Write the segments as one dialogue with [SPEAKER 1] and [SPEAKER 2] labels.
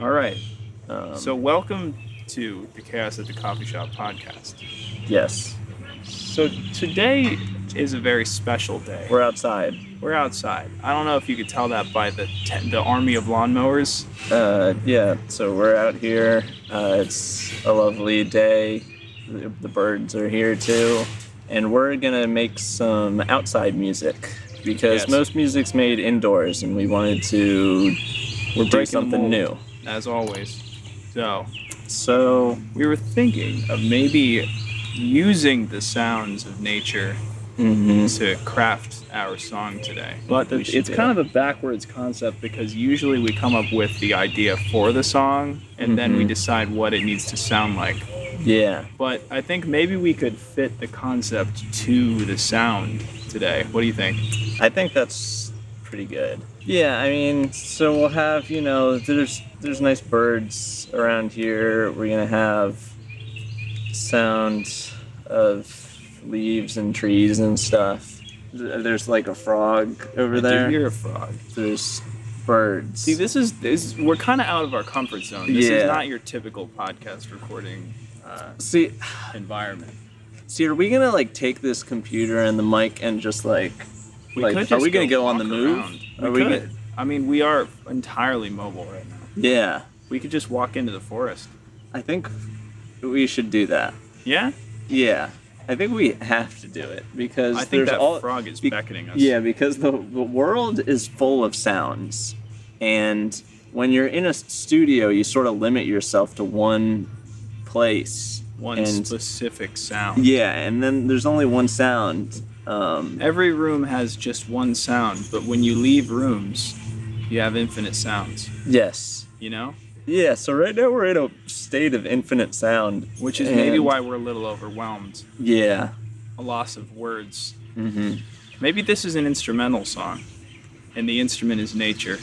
[SPEAKER 1] All right. Um,
[SPEAKER 2] So, welcome to the Chaos at the Coffee Shop podcast.
[SPEAKER 1] yes,
[SPEAKER 2] So, today is a very special day.
[SPEAKER 1] we're outside.
[SPEAKER 2] We're outside. I don't know if you could tell that by the te- the army of lawnmowers.
[SPEAKER 1] Uh, yeah, so we're out here. Uh, it's a lovely day. The the birds are here too. And we're gonna make some outside music because
[SPEAKER 2] Yes.
[SPEAKER 1] most music's made indoors, and we wanted to we're
[SPEAKER 2] breaking the
[SPEAKER 1] do something
[SPEAKER 2] mold.
[SPEAKER 1] new.
[SPEAKER 2] as always. So,
[SPEAKER 1] So
[SPEAKER 2] we were thinking of maybe using the sounds of nature
[SPEAKER 1] Mm-hmm.
[SPEAKER 2] to craft our song today. But
[SPEAKER 1] We
[SPEAKER 2] the,
[SPEAKER 1] should
[SPEAKER 2] it's
[SPEAKER 1] do
[SPEAKER 2] kind
[SPEAKER 1] that.
[SPEAKER 2] of a backwards concept because usually we come up with the idea for the song and then we
[SPEAKER 1] Mhm.
[SPEAKER 2] decide what it needs to sound like.
[SPEAKER 1] yeah,
[SPEAKER 2] But I think maybe we could fit the concept to the sound today. What do you think?
[SPEAKER 1] I think that's pretty good. Yeah, I mean, so we'll have you know, there's there's nice birds around here. We're gonna have sound of leaves and trees and stuff. Th- There's like a frog over
[SPEAKER 2] Do you
[SPEAKER 1] there.
[SPEAKER 2] hear a frog?
[SPEAKER 1] There's birds.
[SPEAKER 2] See, this is this. We're kind of out of our comfort zone. This is
[SPEAKER 1] Yeah.
[SPEAKER 2] not your typical podcast recording uh,
[SPEAKER 1] see,
[SPEAKER 2] environment.
[SPEAKER 1] see, are we gonna like take this computer and the mic and just like, like,
[SPEAKER 2] could
[SPEAKER 1] are
[SPEAKER 2] just
[SPEAKER 1] we gonna go, on the
[SPEAKER 2] walk
[SPEAKER 1] move?
[SPEAKER 2] around.
[SPEAKER 1] Are
[SPEAKER 2] We,
[SPEAKER 1] gonna-
[SPEAKER 2] could. I mean, we are entirely mobile right now.
[SPEAKER 1] Yeah,
[SPEAKER 2] We could just walk into the forest.
[SPEAKER 1] I think we should do that.
[SPEAKER 2] Yeah,
[SPEAKER 1] Yeah, I think we have to do it because
[SPEAKER 2] I think
[SPEAKER 1] there's
[SPEAKER 2] that
[SPEAKER 1] all,
[SPEAKER 2] frog is
[SPEAKER 1] be-
[SPEAKER 2] beckoning us.
[SPEAKER 1] Yeah, because the, the world is full of sounds, and when you're in a studio, you sort of limit yourself to one place.
[SPEAKER 2] one
[SPEAKER 1] and,
[SPEAKER 2] specific sound.
[SPEAKER 1] Yeah, and then there's only one sound. Um,
[SPEAKER 2] Every room has just one sound, but when you leave rooms, you have infinite sounds.
[SPEAKER 1] yes.
[SPEAKER 2] You know,
[SPEAKER 1] Yeah. So right now we're in a state of infinite sound,
[SPEAKER 2] which is maybe
[SPEAKER 1] and-
[SPEAKER 2] why we're a little overwhelmed.
[SPEAKER 1] Yeah.
[SPEAKER 2] A loss of words. Mm-hmm.
[SPEAKER 1] hmm
[SPEAKER 2] Maybe this is an instrumental song, and the instrument is nature.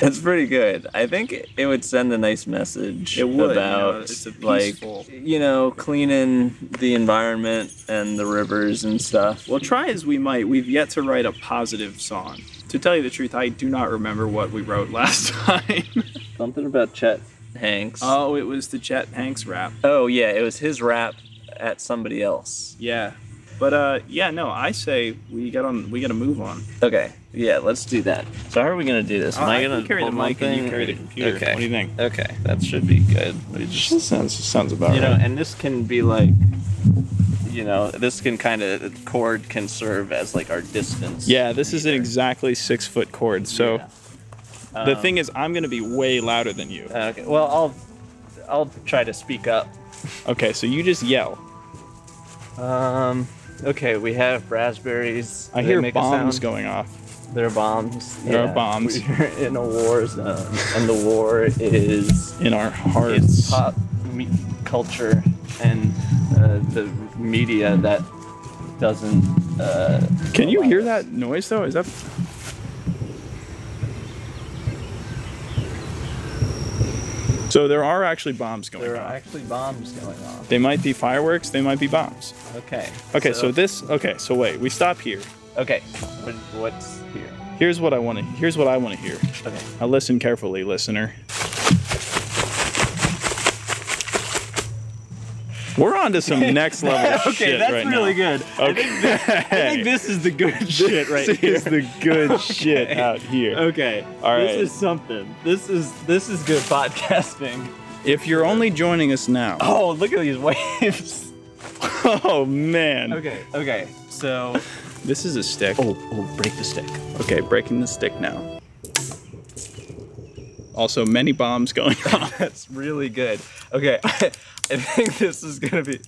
[SPEAKER 1] That's pretty good. I think it would send a nice message
[SPEAKER 2] It would, you
[SPEAKER 1] about
[SPEAKER 2] know, it's a peaceful-
[SPEAKER 1] like you know cleaning the environment and the rivers and stuff.
[SPEAKER 2] Well, try as we might, we've yet to write a positive song. To tell you the truth, I do not remember what we wrote last time.
[SPEAKER 1] Something about Chet Hanks.
[SPEAKER 2] oh, it was the Chet Hanks rap.
[SPEAKER 1] oh yeah, it was his rap at somebody else.
[SPEAKER 2] Yeah. But uh, yeah, no, I say we got on. We got to move on.
[SPEAKER 1] Okay, yeah, let's do that. So how are we gonna do this? Am
[SPEAKER 2] Uh,
[SPEAKER 1] I,
[SPEAKER 2] I can
[SPEAKER 1] gonna
[SPEAKER 2] carry the
[SPEAKER 1] hold one
[SPEAKER 2] mic and you
[SPEAKER 1] thing?
[SPEAKER 2] carry the computer.
[SPEAKER 1] Okay.
[SPEAKER 2] What do you think?
[SPEAKER 1] Okay, that should be good. We just
[SPEAKER 2] sounds sounds about
[SPEAKER 1] you know, and this can be like. You know, this can kind of chord can serve as like our distance.
[SPEAKER 2] yeah, this is an exactly six foot chord. So
[SPEAKER 1] Yeah.
[SPEAKER 2] the
[SPEAKER 1] Um, uh,
[SPEAKER 2] thing is, I'm gonna be way louder than you.
[SPEAKER 1] Okay. Well, I'll I'll try to speak up.
[SPEAKER 2] Okay, so you just yell.
[SPEAKER 1] Um. Okay. We have raspberries.
[SPEAKER 2] I
[SPEAKER 1] They
[SPEAKER 2] hear
[SPEAKER 1] make a
[SPEAKER 2] bombs
[SPEAKER 1] sound.
[SPEAKER 2] going off.
[SPEAKER 1] They're bombs.
[SPEAKER 2] There are bombs.
[SPEAKER 1] We're in a war zone, and the war is
[SPEAKER 2] in our
[SPEAKER 1] it's
[SPEAKER 2] hearts.
[SPEAKER 1] pop me- culture and uh, the media that doesn't. Uh,
[SPEAKER 2] Can you
[SPEAKER 1] allow
[SPEAKER 2] hear
[SPEAKER 1] us-
[SPEAKER 2] that noise though? Is that So there are actually bombs going
[SPEAKER 1] There
[SPEAKER 2] off.
[SPEAKER 1] are actually bombs going off.
[SPEAKER 2] they might be fireworks, they might be bombs.
[SPEAKER 1] Okay.
[SPEAKER 2] Okay, so, this okay, so wait, we stop here.
[SPEAKER 1] Okay. What, what's here?
[SPEAKER 2] Here's what I want to here's what I want to hear.
[SPEAKER 1] Okay.
[SPEAKER 2] Now listen carefully, listener. We're on to some next level shit right now.
[SPEAKER 1] good.
[SPEAKER 2] Okay.
[SPEAKER 1] I think this is the good shit right
[SPEAKER 2] This
[SPEAKER 1] here.
[SPEAKER 2] is the good shit out here.
[SPEAKER 1] Okay.
[SPEAKER 2] All right.
[SPEAKER 1] This is something. This is this is good podcasting.
[SPEAKER 2] If you're only joining us now.
[SPEAKER 1] Oh, look at these waves.
[SPEAKER 2] Oh man.
[SPEAKER 1] Okay. Okay. So
[SPEAKER 2] This is a stick.
[SPEAKER 1] oh oh, break the stick.
[SPEAKER 2] Okay, breaking the stick now. Also, many bombs going off.
[SPEAKER 1] That's really good. Okay. I think this is gonna be.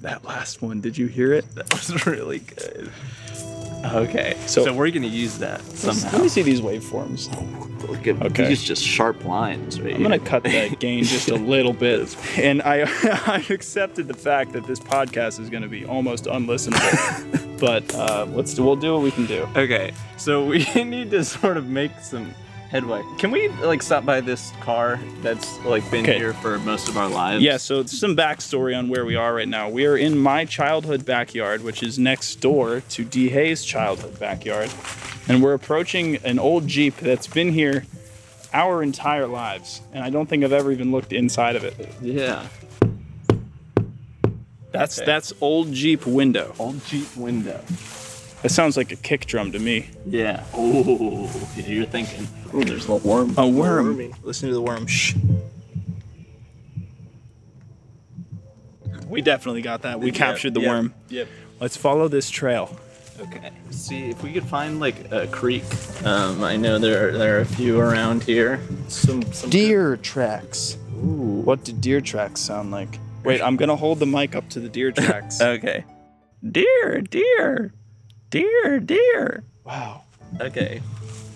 [SPEAKER 2] that last one, did you hear it?
[SPEAKER 1] That was really good. Okay.
[SPEAKER 2] So-
[SPEAKER 1] So, we're gonna use that
[SPEAKER 2] Let
[SPEAKER 1] somehow.
[SPEAKER 2] me see these waveforms.
[SPEAKER 1] Look at
[SPEAKER 2] Okay.
[SPEAKER 1] these just sharp lines right
[SPEAKER 2] I'm gonna cut that gain just a little bit, and I I've accepted the fact that this podcast is gonna be almost unlistenable. but uh, let's do, we'll do what we can do.
[SPEAKER 1] Okay, so we need to sort of make some headway. Can we like stop by this car that's like been
[SPEAKER 2] Okay.
[SPEAKER 1] here for most of our lives?
[SPEAKER 2] Yeah, so some backstory on where we are right now. We are in my childhood backyard, which is next door to D. Hayes' childhood backyard. and we're approaching an old Jeep that's been here our entire lives, and I don't think I've ever even looked inside of it.
[SPEAKER 1] Yeah.
[SPEAKER 2] That's
[SPEAKER 1] Okay.
[SPEAKER 2] that's old Jeep window.
[SPEAKER 3] Old Jeep window.
[SPEAKER 2] That sounds like a kick drum to me.
[SPEAKER 3] Yeah. Oh, you're thinking.
[SPEAKER 1] Ooh, there's a little worm.
[SPEAKER 2] A worm.
[SPEAKER 1] Wormy.
[SPEAKER 2] Listen to the worm. Shh. We definitely got that. We captured the
[SPEAKER 1] yeah.
[SPEAKER 2] worm.
[SPEAKER 3] Yep.
[SPEAKER 2] Let's follow this trail.
[SPEAKER 3] Okay.
[SPEAKER 1] See if we could find like a creek. Um, I know there are, there are a few around here. Some, some
[SPEAKER 2] Deer tracks.
[SPEAKER 1] Ooh.
[SPEAKER 2] What do deer tracks sound like? Wait, I'm gonna hold the mic up to the deer tracks.
[SPEAKER 1] Okay. Deer, deer, deer, deer.
[SPEAKER 2] wow.
[SPEAKER 1] Okay.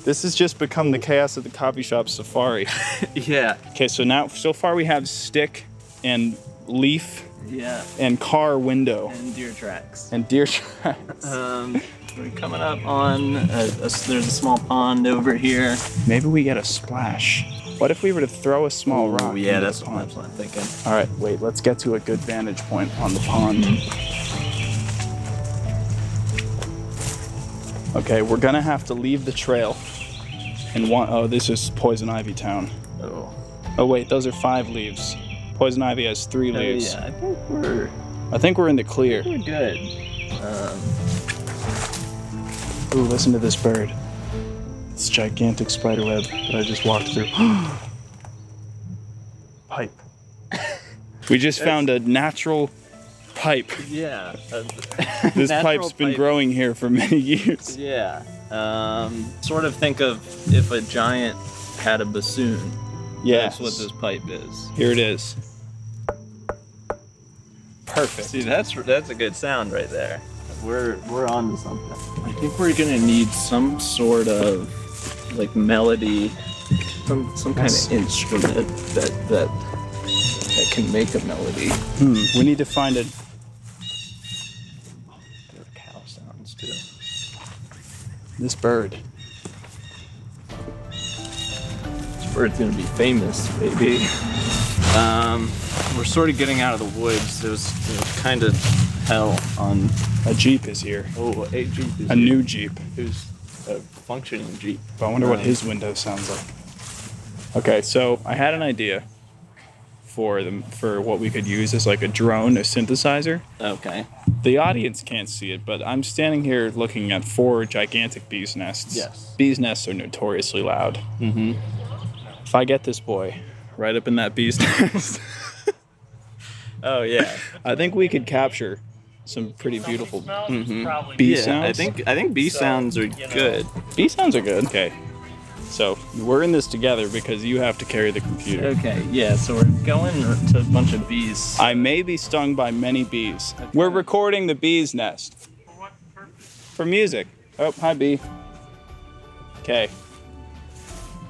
[SPEAKER 2] This has just become the chaos of the coffee shop safari.
[SPEAKER 1] Yeah.
[SPEAKER 2] okay, so now so far we have stick and leaf
[SPEAKER 1] Yeah.
[SPEAKER 2] and car window
[SPEAKER 1] And deer tracks.
[SPEAKER 2] and deer tracks.
[SPEAKER 1] Um, we're coming up on a, a s- there's a small pond over here.
[SPEAKER 2] Maybe we get a splash. What if we were to throw a small rock?
[SPEAKER 1] Oh yeah,
[SPEAKER 2] into
[SPEAKER 1] that's
[SPEAKER 2] the
[SPEAKER 1] what I'm
[SPEAKER 2] pond?
[SPEAKER 1] thinking.
[SPEAKER 2] All right, wait. Let's get to a good vantage point on the pond. Okay, we're gonna have to leave the trail. And one, oh, this is poison ivy town.
[SPEAKER 1] Oh.
[SPEAKER 2] Oh wait, those are five leaves. Poison ivy has three
[SPEAKER 1] Oh,
[SPEAKER 2] leaves.
[SPEAKER 1] yeah, I think we're
[SPEAKER 2] I think we're in the clear.
[SPEAKER 1] we're good.
[SPEAKER 2] Ooh, listen to this bird. It's gigantic spider web that I just walked through. pipe. We just found a natural pipe.
[SPEAKER 1] Yeah. uh,
[SPEAKER 2] This
[SPEAKER 1] Natural
[SPEAKER 2] pipe's been
[SPEAKER 1] pipe.
[SPEAKER 2] growing here for many years.
[SPEAKER 1] Yeah. Um, sort of think of if a giant had a bassoon.
[SPEAKER 2] Yes.
[SPEAKER 1] That's what this pipe is.
[SPEAKER 2] Here it is. Perfect.
[SPEAKER 1] See, that's that's a good sound right there. We're we're on to something. I think we're gonna need some sort of like melody, some some kind
[SPEAKER 2] Yes.
[SPEAKER 1] of instrument that that that can make a melody.
[SPEAKER 2] Hmm, we need to find a.
[SPEAKER 1] There are cow sounds too.
[SPEAKER 2] This bird.
[SPEAKER 1] This bird's gonna be famous, baby. Um, we're sort of getting out of the woods. It was, it was kind of hell on.
[SPEAKER 2] A Jeep is here.
[SPEAKER 1] Oh, a jeep. is
[SPEAKER 2] A new Jeep.
[SPEAKER 1] who's a functioning jeep.
[SPEAKER 2] But I wonder what
[SPEAKER 1] Um,
[SPEAKER 2] his window sounds like. Okay, so I had an idea for them for what we could use as like a drone, a synthesizer.
[SPEAKER 1] Okay.
[SPEAKER 2] The audience can't see it, but I'm standing here looking at four gigantic bees nests.
[SPEAKER 1] Yes.
[SPEAKER 2] Bees nests are notoriously loud. Mm-hmm. If I get this boy right up in that bee's nest,
[SPEAKER 1] Oh yeah.
[SPEAKER 2] I think we could capture some pretty beautiful
[SPEAKER 4] Probably
[SPEAKER 2] bee
[SPEAKER 1] yeah,
[SPEAKER 2] sounds.
[SPEAKER 1] I think I think bee
[SPEAKER 4] So,
[SPEAKER 1] sounds are
[SPEAKER 4] you know.
[SPEAKER 1] good.
[SPEAKER 2] bee sounds are good. Okay. So we're in this together because you have to carry the computer.
[SPEAKER 1] Okay, yeah, so we're going to a bunch of bees.
[SPEAKER 2] I may be stung by many bees. We're recording the bee's nest
[SPEAKER 4] for what purpose?
[SPEAKER 2] for music. Oh, hi, bee. Okay.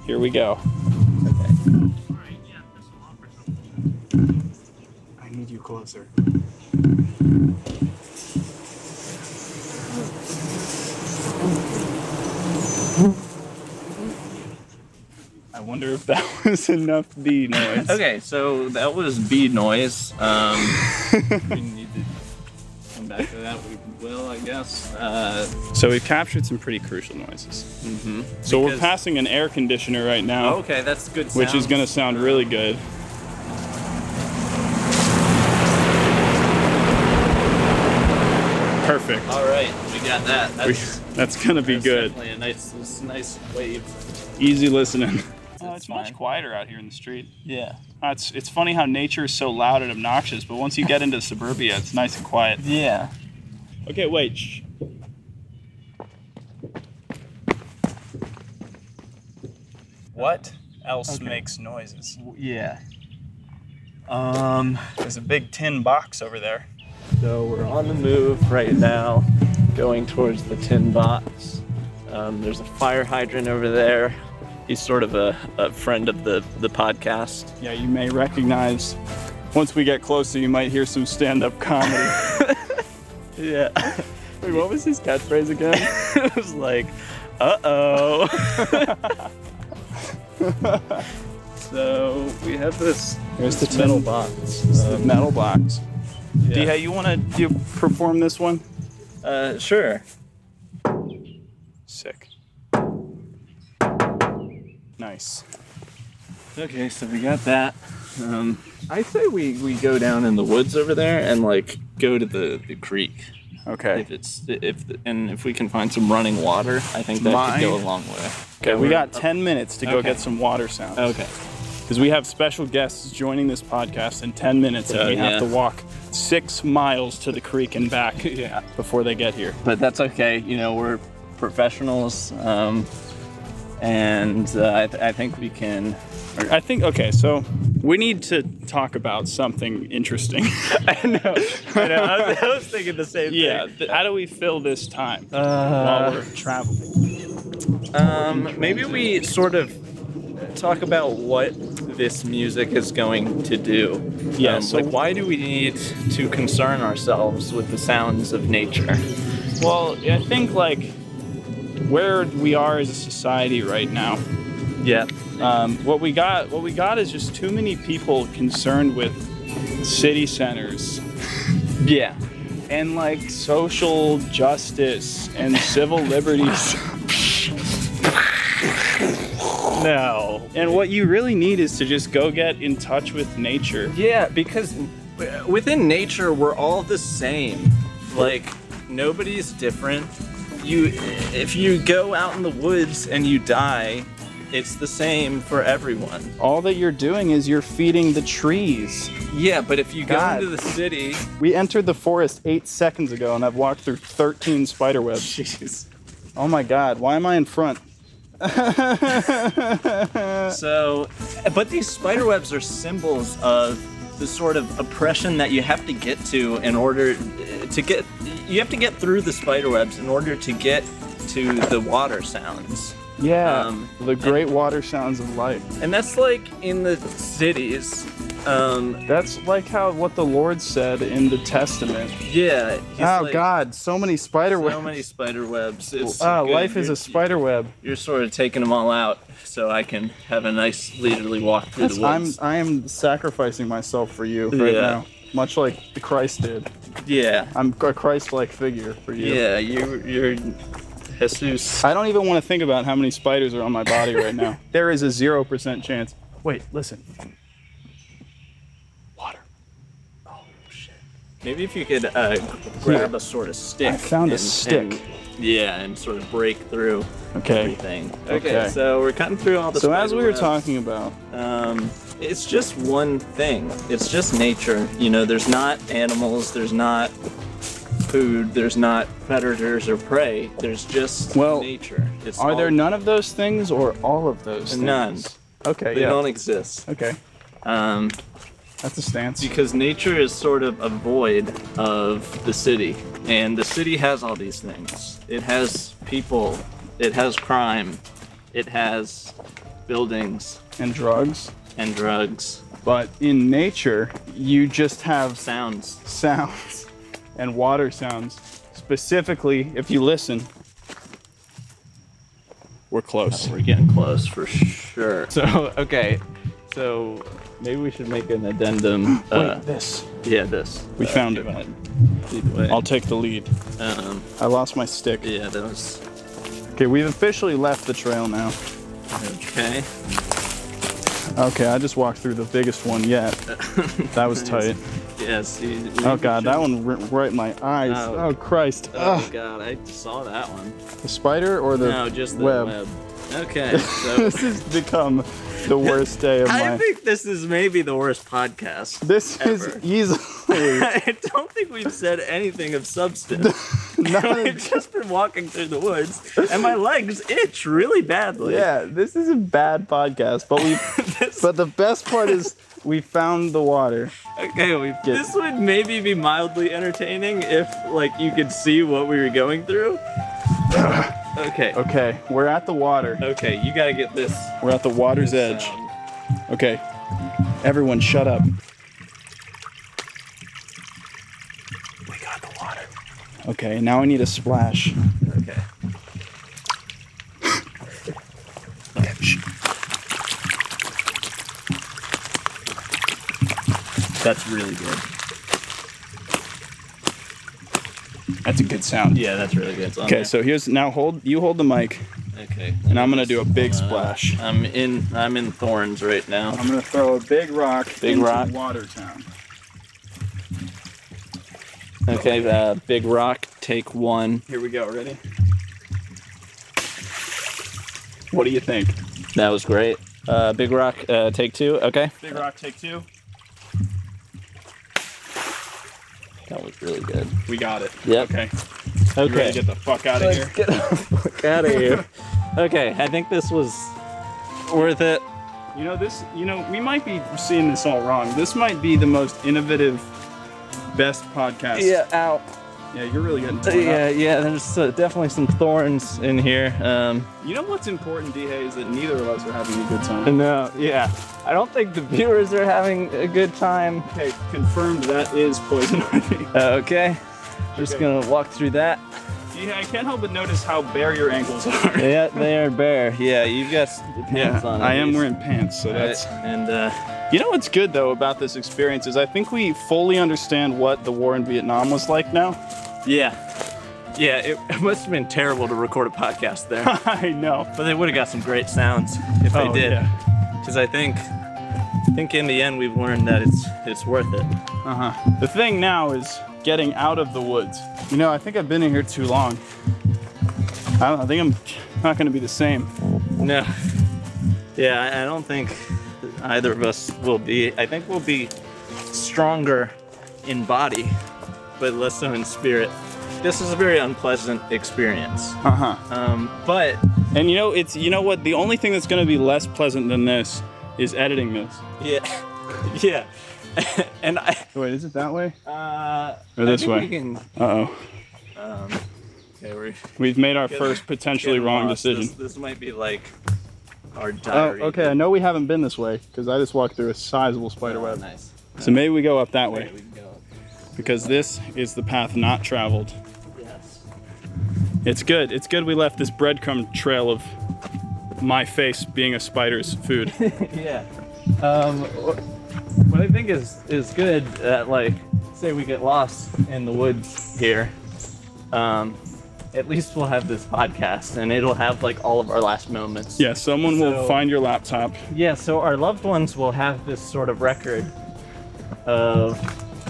[SPEAKER 2] Here we go.
[SPEAKER 4] All right, yeah, this will offer something.
[SPEAKER 2] I need you closer. I wonder if that was enough bee noise.
[SPEAKER 1] Okay, so that was bee noise. Um, we need to come back to that. We will, I guess. Uh,
[SPEAKER 2] So we've captured some pretty crucial noises. Mm-hmm. So we're
[SPEAKER 1] Because-
[SPEAKER 2] passing an air conditioner right now.
[SPEAKER 1] okay, that's good.
[SPEAKER 2] Oh. which is
[SPEAKER 1] sound.
[SPEAKER 2] going to sound really good. Perfect.
[SPEAKER 1] All right, we got that.
[SPEAKER 2] We-
[SPEAKER 1] That's,
[SPEAKER 2] that's going to be
[SPEAKER 1] that's
[SPEAKER 2] good.
[SPEAKER 1] Definitely a nice, it's a nice wave.
[SPEAKER 2] Easy listening.
[SPEAKER 1] it's much
[SPEAKER 2] quieter out here in the street.
[SPEAKER 1] Yeah.
[SPEAKER 2] It's, it's funny how nature is so loud and obnoxious, but once you get into suburbia, it's nice and quiet.
[SPEAKER 1] Yeah.
[SPEAKER 2] Okay, wait. Shh. What else makes noises?
[SPEAKER 1] Yeah. Um.
[SPEAKER 2] There's a big tin box over there.
[SPEAKER 1] So we're on the move right now, going towards the tin box. Um, there's a fire hydrant over there. He's sort of a, a friend of the, the podcast.
[SPEAKER 2] Yeah, you may recognize. Once we get closer, you might hear some stand-up comedy.
[SPEAKER 1] Yeah.
[SPEAKER 2] Wait, what was his catchphrase again?
[SPEAKER 1] it was like, uh oh. so we have this,
[SPEAKER 2] There's
[SPEAKER 1] this
[SPEAKER 2] the tin-
[SPEAKER 1] metal box. Um,
[SPEAKER 2] the metal box.
[SPEAKER 1] yeah.
[SPEAKER 2] Do you want to you perform this one?
[SPEAKER 1] uh, sure.
[SPEAKER 2] Sick. Nice.
[SPEAKER 1] Okay, so we got that. Um, I say we, we go down in the woods over there and like go to the, the creek.
[SPEAKER 2] Okay.
[SPEAKER 1] If it's if and if we can find some running water, I think that
[SPEAKER 2] Mine-
[SPEAKER 1] could go a long way.
[SPEAKER 2] Okay, we got 10 minutes to go
[SPEAKER 1] Okay.
[SPEAKER 2] get some water sounds.
[SPEAKER 1] Okay.
[SPEAKER 2] Because we have special guests joining this podcast in 10 minutes, and
[SPEAKER 1] Oh,
[SPEAKER 2] we
[SPEAKER 1] yeah.
[SPEAKER 2] have to walk six miles to the creek and back
[SPEAKER 1] Yeah.
[SPEAKER 2] before they get here.
[SPEAKER 1] but that's okay. You know, we're professionals, um, and uh, I, th- I think we can.
[SPEAKER 2] I think, okay, so we need to talk about something interesting.
[SPEAKER 1] I know. I, know. I, was, I was thinking the same
[SPEAKER 2] yeah, th- how do we fill this time while
[SPEAKER 1] Uh,
[SPEAKER 2] we're traveling?
[SPEAKER 1] um, maybe we sort of talk about what this music is going to do.
[SPEAKER 2] Yeah,
[SPEAKER 1] Um,
[SPEAKER 2] so-
[SPEAKER 1] like, why do we need to concern ourselves with the sounds of nature?
[SPEAKER 2] Well, I think, like, where we are as a society right now,
[SPEAKER 1] Yeah.
[SPEAKER 2] Um, what we got, what we got is just too many people concerned with city centers
[SPEAKER 1] Yeah.
[SPEAKER 2] and like social justice and civil liberties.
[SPEAKER 1] No.
[SPEAKER 2] And what you really need is to just go get in touch with nature.
[SPEAKER 5] Yeah,
[SPEAKER 1] because within nature we're all the same like nobody's different you if you go out in the woods and you die it's the same for everyone
[SPEAKER 2] All that you're doing is you're feeding the trees.
[SPEAKER 1] yeah but if you go
[SPEAKER 2] God.
[SPEAKER 1] into the city
[SPEAKER 2] We entered the forest eight seconds ago, and I've walked through 13 spider webs.
[SPEAKER 1] jeez
[SPEAKER 2] Oh my God! Why am I in front?
[SPEAKER 1] so but these spider webs are symbols of the sort of oppression that you have to get to in order to get you have to get through the spider webs in order to get to the water sounds
[SPEAKER 2] Yeah,
[SPEAKER 1] Um,
[SPEAKER 2] the great water sounds of life.
[SPEAKER 1] And that's like in the cities. Um,
[SPEAKER 2] That's like how what the Lord said in the Testament.
[SPEAKER 1] yeah. he's
[SPEAKER 2] oh
[SPEAKER 1] like,
[SPEAKER 2] God, so many spider
[SPEAKER 1] So
[SPEAKER 2] webs.
[SPEAKER 1] many spider webs. It's
[SPEAKER 2] Ah,
[SPEAKER 1] good.
[SPEAKER 2] life is
[SPEAKER 1] You're-
[SPEAKER 2] a spider web.
[SPEAKER 1] You're sort of taking them all out, so I can have a nice leisurely walk through
[SPEAKER 2] That's-
[SPEAKER 1] the
[SPEAKER 2] I'm
[SPEAKER 1] woods.
[SPEAKER 2] I am sacrificing myself for you right
[SPEAKER 1] Yeah.
[SPEAKER 2] now, much like the Christ did.
[SPEAKER 1] Yeah.
[SPEAKER 2] I'm a Christ-like figure for you.
[SPEAKER 1] Yeah. You. You're. Jesus.
[SPEAKER 2] I don't even want to think about how many spiders are on my body right now. There is a zero percent chance. Wait, listen. Water.
[SPEAKER 1] Maybe if you could uh, grab a sort of stick.
[SPEAKER 2] I found a
[SPEAKER 1] and-
[SPEAKER 2] stick.
[SPEAKER 1] and- yeah, and sort of break through
[SPEAKER 2] Okay.
[SPEAKER 1] everything. Okay.
[SPEAKER 2] Okay.
[SPEAKER 1] So we're cutting through all the.
[SPEAKER 2] So as
[SPEAKER 1] spider
[SPEAKER 2] we were
[SPEAKER 1] webs.
[SPEAKER 2] talking about,
[SPEAKER 1] Um, it's just one thing. It's just nature. You know, there's not animals, there's not food, there's not predators or prey. There's just
[SPEAKER 2] Well,
[SPEAKER 1] nature. It's
[SPEAKER 2] are
[SPEAKER 1] all-
[SPEAKER 2] there none of those things or all of those things?
[SPEAKER 1] None.
[SPEAKER 2] Okay.
[SPEAKER 1] They
[SPEAKER 2] yeah.
[SPEAKER 1] don't exist.
[SPEAKER 2] Okay.
[SPEAKER 1] Um,
[SPEAKER 2] That's a stance.
[SPEAKER 1] because nature is sort of a void of the city. And the city has all these things it has people, it has crime, it has buildings
[SPEAKER 2] and drugs.
[SPEAKER 1] and drugs,
[SPEAKER 2] But in nature, you just have
[SPEAKER 1] sounds.
[SPEAKER 2] sounds and water sounds. Specifically, if you listen, we're close.
[SPEAKER 1] We're getting close for sure.
[SPEAKER 2] So,
[SPEAKER 1] Okay, so maybe we should make an addendum. Uh,
[SPEAKER 2] wait, this.
[SPEAKER 1] yeah, this.
[SPEAKER 2] We
[SPEAKER 1] Uh,
[SPEAKER 2] found it.
[SPEAKER 1] either way.
[SPEAKER 2] I'll take the lead.
[SPEAKER 1] Um,
[SPEAKER 2] I lost my stick.
[SPEAKER 1] yeah, that was
[SPEAKER 2] Okay, we've officially left the trail now.
[SPEAKER 1] okay.
[SPEAKER 2] Okay, I just walked through the biggest one yet. That was tight.
[SPEAKER 1] Yes. you-
[SPEAKER 2] Oh
[SPEAKER 1] you
[SPEAKER 2] god, that
[SPEAKER 1] should-
[SPEAKER 2] one went right in my eyes.
[SPEAKER 1] Oh.
[SPEAKER 2] Oh Christ.
[SPEAKER 1] Oh
[SPEAKER 2] Ugh.
[SPEAKER 1] god, I saw that one.
[SPEAKER 2] The spider or the
[SPEAKER 1] no, just the
[SPEAKER 2] web?
[SPEAKER 1] web. Okay, so
[SPEAKER 2] this has become the worst day of my
[SPEAKER 1] I think this is maybe the worst podcast.
[SPEAKER 2] This
[SPEAKER 1] ever.
[SPEAKER 2] is easily
[SPEAKER 1] I don't think we've said anything of substance.
[SPEAKER 2] none.
[SPEAKER 1] I've just been walking through the woods, and my legs itch really badly.
[SPEAKER 2] yeah, this is a bad podcast, but we
[SPEAKER 1] This-
[SPEAKER 2] but the best part is we found the water.
[SPEAKER 1] Okay, we, this would maybe be mildly entertaining if, like, you could see what we were going through. okay.
[SPEAKER 2] Okay, we're at the water.
[SPEAKER 1] Okay, you gotta get this.
[SPEAKER 2] We're at the water's
[SPEAKER 1] this
[SPEAKER 2] edge.
[SPEAKER 1] sound. Oh
[SPEAKER 2] Okay. Everyone shut up.
[SPEAKER 1] We got the water.
[SPEAKER 2] Okay, now I need a splash.
[SPEAKER 1] Okay.
[SPEAKER 2] Okay. shh.
[SPEAKER 1] That's really good.
[SPEAKER 2] That's a good sound.
[SPEAKER 1] Yeah, that's really good. It's on
[SPEAKER 2] Okay,
[SPEAKER 1] there.
[SPEAKER 2] so here's now hold you hold the mic.
[SPEAKER 1] Okay. Okay.
[SPEAKER 6] and I'm gonna do a big splash.
[SPEAKER 1] I'm in. I'm in thorns right now.
[SPEAKER 2] I'm gonna throw a big rock
[SPEAKER 6] Big
[SPEAKER 2] into
[SPEAKER 6] rock.
[SPEAKER 2] Watertown.
[SPEAKER 6] Okay, uh, big rock, take one.
[SPEAKER 1] Here we go. Ready?
[SPEAKER 6] What do you think? That was great. Uh, big rock, uh, take two. Okay,
[SPEAKER 2] Big rock, take two.
[SPEAKER 6] that was really good.
[SPEAKER 2] We got it.
[SPEAKER 6] Yep.
[SPEAKER 2] Okay. You ready
[SPEAKER 6] Okay.
[SPEAKER 2] to get the fuck out of here.
[SPEAKER 6] Get the fuck out of here. okay, I think this was worth it.
[SPEAKER 2] You know this. You know we might be seeing this all wrong. This might be the most innovative, best podcast.
[SPEAKER 6] Ow.
[SPEAKER 2] Yeah, you're really getting torn up.
[SPEAKER 6] Yeah. Yeah. There's uh, definitely some thorns in here. Um.
[SPEAKER 2] You know what's important, DA, is that neither of us are having a good time.
[SPEAKER 6] No. uh, Yeah. I don't think the viewers are having a good time.
[SPEAKER 2] Okay, confirmed that is poison ivy.
[SPEAKER 6] Uh, okay. Just
[SPEAKER 2] Okay.
[SPEAKER 6] gonna walk through that.
[SPEAKER 2] Yeah, I can't help but notice how bare your ankles are.
[SPEAKER 6] Yeah, they are bare. Yeah, you've got s- the pants on. at
[SPEAKER 2] I am
[SPEAKER 6] least.
[SPEAKER 2] wearing pants, so
[SPEAKER 6] All right,
[SPEAKER 2] that's.
[SPEAKER 6] And uh,
[SPEAKER 2] You know what's good though about this experience is I think we fully understand what the war in Vietnam was like now.
[SPEAKER 1] Yeah. Yeah. It, it must have been terrible to record a podcast there,
[SPEAKER 2] I know.
[SPEAKER 1] but they would have got some great sounds if they
[SPEAKER 2] Oh,
[SPEAKER 1] did.
[SPEAKER 2] yeah.
[SPEAKER 1] Because I think, I think in the end we've learned that it's it's worth it.
[SPEAKER 2] Uh-huh. The thing now is getting out of the woods. You know, I think I've been in here too long. I, don't, I think I'm not going to be the same.
[SPEAKER 1] No. Yeah, I- I don't think either of us will be. I think we'll be stronger in body, but less so in spirit. This is a very unpleasant experience.
[SPEAKER 2] Uh-huh.
[SPEAKER 1] Um, but
[SPEAKER 2] And you know, it's you know what? The only thing that's going to be less pleasant than this is editing this.
[SPEAKER 1] yeah, yeah, and I.
[SPEAKER 2] Wait, is it that way?
[SPEAKER 1] Uh,
[SPEAKER 2] Or this
[SPEAKER 1] I think
[SPEAKER 2] way?
[SPEAKER 1] We can,
[SPEAKER 2] Uh-oh.
[SPEAKER 1] okay, we're
[SPEAKER 2] We've made our
[SPEAKER 1] Get-
[SPEAKER 2] first potentially
[SPEAKER 1] getting
[SPEAKER 2] wrong
[SPEAKER 1] lost.
[SPEAKER 2] decision.
[SPEAKER 1] This, this might be like our
[SPEAKER 2] Oh,
[SPEAKER 1] diary.
[SPEAKER 2] okay. I know we haven't been this way because I just walked through a sizable spider
[SPEAKER 1] Oh,
[SPEAKER 2] web.
[SPEAKER 1] nice.
[SPEAKER 2] So maybe we go up that
[SPEAKER 1] Okay,
[SPEAKER 2] way
[SPEAKER 1] we can go.
[SPEAKER 2] because this is the path not traveled.
[SPEAKER 1] Yes.
[SPEAKER 2] It's good. It's good we left this breadcrumb trail of my face being a spider's food.
[SPEAKER 1] Yeah. Um, wh- what I think is is good that like say we get lost in the woods here, um, at least we'll have this podcast and it'll have like all of our last moments.
[SPEAKER 2] yeah, someone will
[SPEAKER 1] So-
[SPEAKER 2] find your laptop.
[SPEAKER 1] Yeah. So our loved ones will have this sort of record of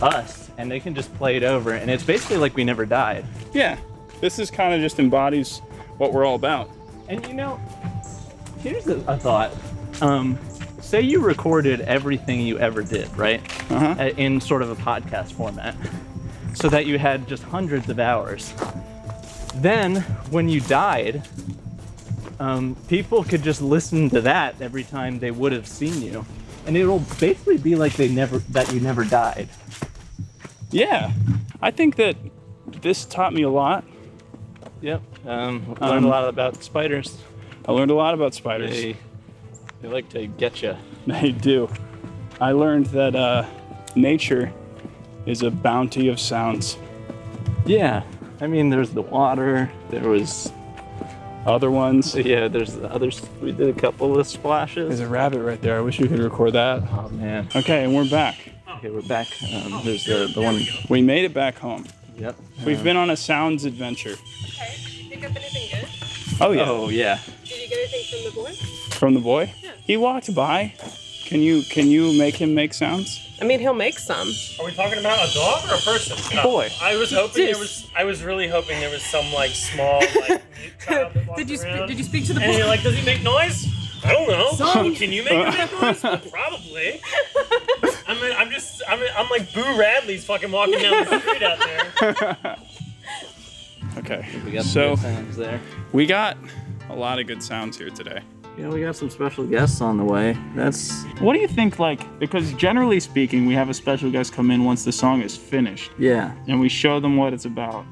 [SPEAKER 1] us, and they can just play it over, and it's basically like we never died.
[SPEAKER 2] Yeah. This is kind of just embodies what we're all about.
[SPEAKER 1] And you know, here's a, a thought. Um, say you recorded everything you ever did, right?
[SPEAKER 2] Uh-huh.
[SPEAKER 1] Uh, In sort of a podcast format, so that you had just hundreds of hours. Then, when you died, um, people could just listen to that every time they would have seen you, and it'll basically be like they never that you never died.
[SPEAKER 2] Yeah. I think that this taught me a lot.
[SPEAKER 1] Yep. Um, learned
[SPEAKER 2] Um,
[SPEAKER 1] a lot about spiders.
[SPEAKER 2] I learned a lot about spiders.
[SPEAKER 1] They they like to get you.
[SPEAKER 2] They do. I learned that uh, nature is a bounty of sounds.
[SPEAKER 1] Yeah, I mean, there's the water. There was
[SPEAKER 2] Other ones.
[SPEAKER 1] yeah. There's the others. We did a couple of splashes.
[SPEAKER 2] There's a rabbit right there. I wish we could record that.
[SPEAKER 1] Oh man.
[SPEAKER 2] Okay, and we're back.
[SPEAKER 1] Okay, we're back. Um, there's the the one.
[SPEAKER 2] We made it back home.
[SPEAKER 1] Yep.
[SPEAKER 2] We've been on a sounds adventure.
[SPEAKER 7] Okay. Pick up anything good?
[SPEAKER 2] Oh yeah,
[SPEAKER 1] Oh yeah.
[SPEAKER 7] Did you get anything from the boy?
[SPEAKER 2] from the boy. He walked by. Can you can you make him make sounds?
[SPEAKER 7] I mean, he'll make some.
[SPEAKER 4] Are we talking about a dog or a person? No.
[SPEAKER 2] Boy.
[SPEAKER 4] I was hoping there
[SPEAKER 7] This.
[SPEAKER 4] was. I was really hoping there was some like small like mute child that walked
[SPEAKER 7] Did you sp-
[SPEAKER 4] around.
[SPEAKER 7] did you speak to the
[SPEAKER 4] And
[SPEAKER 7] boy?
[SPEAKER 4] you're like, does he make noise? I don't know. Can you make a bad noise? Well, Probably. I'm, I'm just, I'm, I'm like Boo Radley's fucking walking down the street out there.
[SPEAKER 2] Okay.
[SPEAKER 1] We got
[SPEAKER 2] So-
[SPEAKER 1] some good sounds there.
[SPEAKER 2] We got a lot of good sounds here today.
[SPEAKER 1] Yeah, we got some special guests on the way. That's
[SPEAKER 2] What do you think like because generally speaking, we have a special guest come in once the song is finished
[SPEAKER 1] yeah.
[SPEAKER 2] and we show them what it's about.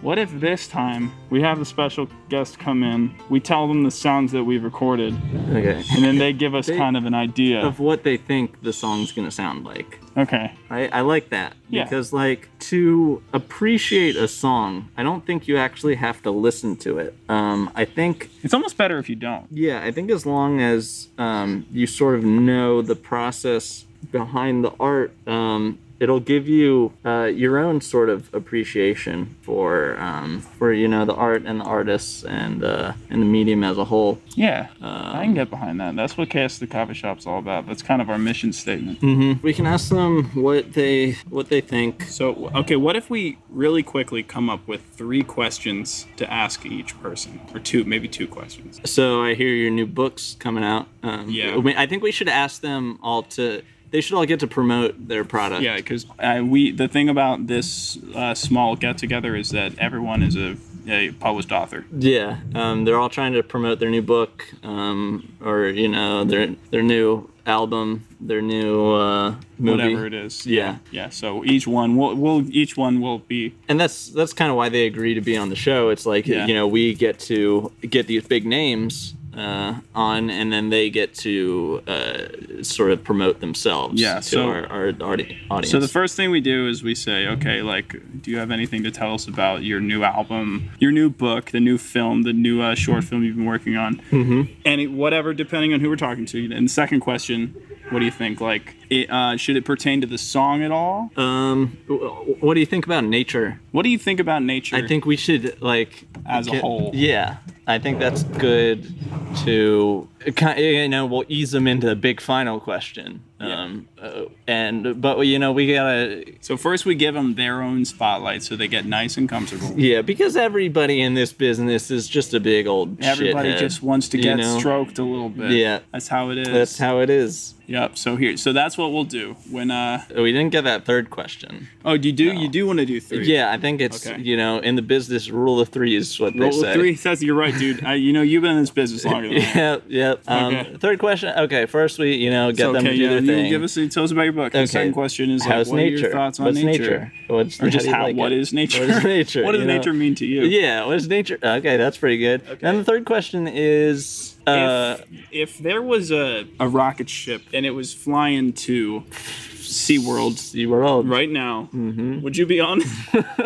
[SPEAKER 2] What if this time we have the special guest come in, we tell them the sounds that we've recorded,
[SPEAKER 1] Okay.
[SPEAKER 2] and then they give us
[SPEAKER 1] They-
[SPEAKER 2] kind of an idea.
[SPEAKER 1] Of what they think the song's gonna sound like.
[SPEAKER 2] okay.
[SPEAKER 1] I, I like that
[SPEAKER 2] Yeah.
[SPEAKER 1] because like to appreciate a song, I don't think you actually have to listen to it. Um, I think
[SPEAKER 2] It's almost better if you don't.
[SPEAKER 1] Yeah, I think as long as um, you sort of know the process behind the art, um, it'll give you uh, your own sort of appreciation for um, for you know the art and the artists and uh, and the medium as a whole.
[SPEAKER 2] Yeah,
[SPEAKER 1] Um,
[SPEAKER 2] I can get behind that. That's what Chaos the Coffee Shop's all about. That's kind of our mission statement.
[SPEAKER 1] We can ask them what they what they think.
[SPEAKER 2] So, okay, what if we really quickly come up with three questions to ask each person, or two, maybe two questions?
[SPEAKER 1] So I hear your new books coming out. Um,
[SPEAKER 2] Yeah.
[SPEAKER 1] I, mean, I think we should ask them all to. They should all get to promote their product.
[SPEAKER 2] Yeah, because we the thing about this uh, small get together is that everyone is a, a published author.
[SPEAKER 1] Yeah, um, they're all trying to promote their new book, um, or you know, their their new album, their new uh, movie.
[SPEAKER 2] whatever it is.
[SPEAKER 1] Yeah.
[SPEAKER 2] yeah. So each one will will each one will be
[SPEAKER 1] And that's that's kind of why they agree to be on the show. It's like
[SPEAKER 2] Yeah.
[SPEAKER 1] you know, we get to get these big names uh, on, and then they get to uh, sort of promote themselves
[SPEAKER 2] Yeah,
[SPEAKER 1] to
[SPEAKER 2] so-
[SPEAKER 1] our, our, audi- audience.
[SPEAKER 2] So the first thing we do is we say, okay, like, do you have anything to tell us about your new album, your new book, the new film, the new uh, short film you've been working on, mm-hmm. any whatever, depending on who we're talking to. And the second question, what do you think? Like, it, uh, should it pertain to the song at all?
[SPEAKER 1] um, w- w- what do you think about nature?
[SPEAKER 2] What do you think about nature?
[SPEAKER 1] I think we should like
[SPEAKER 2] As a whole.
[SPEAKER 1] Yeah, I think that's good to ki- you know we'll ease them into the big final question. Um, uh, and but you know we gotta
[SPEAKER 2] so first we give them their own spotlight so they get nice and comfortable.
[SPEAKER 1] yeah because everybody in this business is just a big old
[SPEAKER 2] Everybody
[SPEAKER 1] shithead,
[SPEAKER 2] just wants to
[SPEAKER 1] you
[SPEAKER 2] get
[SPEAKER 1] know?
[SPEAKER 2] stroked a little bit.
[SPEAKER 1] Yeah.
[SPEAKER 2] that's how it is.
[SPEAKER 1] That's how it is.
[SPEAKER 2] Yep. So here, so that's what we'll do when. uh
[SPEAKER 1] We didn't get that third question.
[SPEAKER 2] Oh, you do Oh, you do want to do three?
[SPEAKER 1] Yeah, I think it's
[SPEAKER 2] Okay.
[SPEAKER 1] you know in the business rule of three is what
[SPEAKER 2] Roll
[SPEAKER 1] they say.
[SPEAKER 2] of three says you're right, dude. I, you know you've been in this business longer than I.
[SPEAKER 1] Yep, yep. Um,
[SPEAKER 2] Okay.
[SPEAKER 1] Third question. Okay, first we you know get
[SPEAKER 2] So,
[SPEAKER 1] them
[SPEAKER 2] okay,
[SPEAKER 1] to do
[SPEAKER 2] yeah.
[SPEAKER 1] their
[SPEAKER 2] You
[SPEAKER 1] thing.
[SPEAKER 2] give us tell us about your book. The second question is like,
[SPEAKER 1] How's
[SPEAKER 2] what
[SPEAKER 1] nature?
[SPEAKER 2] are your thoughts on
[SPEAKER 1] What's
[SPEAKER 2] nature?
[SPEAKER 1] What's
[SPEAKER 2] Or just
[SPEAKER 1] do you
[SPEAKER 2] how,
[SPEAKER 1] like
[SPEAKER 2] what
[SPEAKER 1] it?
[SPEAKER 2] is nature?
[SPEAKER 1] What is nature?
[SPEAKER 2] what does
[SPEAKER 1] you know?
[SPEAKER 2] nature mean to you?
[SPEAKER 1] Yeah, what is nature? Okay, that's pretty good. And the third question is uh,
[SPEAKER 2] If, if there was a, a rocket ship and it was flying to SeaWorld
[SPEAKER 1] you were old.
[SPEAKER 2] right now,
[SPEAKER 1] Mm-hmm.
[SPEAKER 2] would you be on?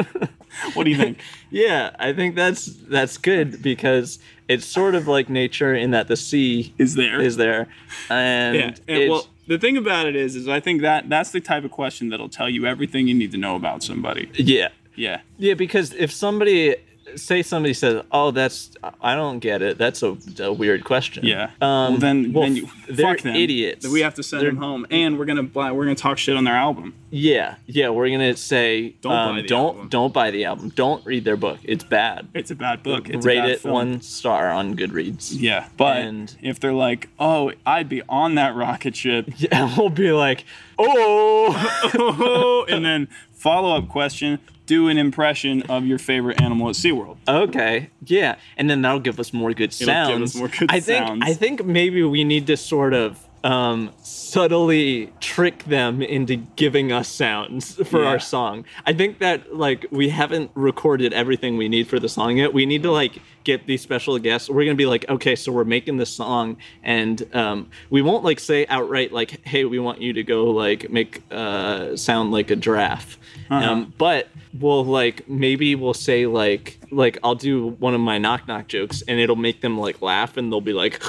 [SPEAKER 2] what do you think?
[SPEAKER 1] Yeah, I think that's that's good because it's sort of like nature in that the sea
[SPEAKER 2] Is there?
[SPEAKER 1] is there, and,
[SPEAKER 2] Yeah. And,
[SPEAKER 1] it's-
[SPEAKER 2] well, the thing about it is, is I think that that's the type of question that'll tell you everything you need to know about somebody.
[SPEAKER 1] yeah,
[SPEAKER 2] Yeah.
[SPEAKER 1] yeah, because if somebody say somebody says, "Oh, that's I don't get it. That's a, a weird question."
[SPEAKER 2] Yeah.
[SPEAKER 1] Um,
[SPEAKER 2] well, then,
[SPEAKER 1] well,
[SPEAKER 2] then you,
[SPEAKER 1] f- they're
[SPEAKER 2] fuck them.
[SPEAKER 1] idiots.
[SPEAKER 2] We have to send
[SPEAKER 1] They're-
[SPEAKER 2] them home, and we're gonna buy, we're gonna talk shit on their album.
[SPEAKER 1] Yeah, yeah, we're gonna say
[SPEAKER 2] Don't
[SPEAKER 1] don't
[SPEAKER 2] buy
[SPEAKER 1] um,
[SPEAKER 2] the
[SPEAKER 1] don't
[SPEAKER 2] album.
[SPEAKER 1] don't buy the album. Don't read their book. It's bad.
[SPEAKER 2] It's a bad book. It's a
[SPEAKER 1] Rate
[SPEAKER 2] bad
[SPEAKER 1] it
[SPEAKER 2] film.
[SPEAKER 1] one star on Goodreads.
[SPEAKER 2] Yeah, but
[SPEAKER 1] And-
[SPEAKER 2] if they're like, "Oh, I'd be on that rocket ship,"
[SPEAKER 1] Yeah, we'll be like, oh,
[SPEAKER 2] oh, and then follow-up question: Do an impression of your favorite animal at SeaWorld.
[SPEAKER 1] okay, yeah, and then that'll give us more good
[SPEAKER 2] give us
[SPEAKER 1] sounds.
[SPEAKER 2] more good
[SPEAKER 1] I think
[SPEAKER 2] sounds.
[SPEAKER 1] I think maybe we need to sort of um, subtly trick them into giving us sounds for
[SPEAKER 2] Yeah.
[SPEAKER 1] our song. I think that like we haven't recorded everything we need for the song yet. We need to like get these special guests. We're gonna be like, okay, so we're making this song, and um, we won't like say outright like, hey, we want you to go like make uh, sound like a giraffe. Um, but we'll like maybe we'll say like like I'll do one of my knock knock jokes, and it'll make them like laugh, and they'll be like.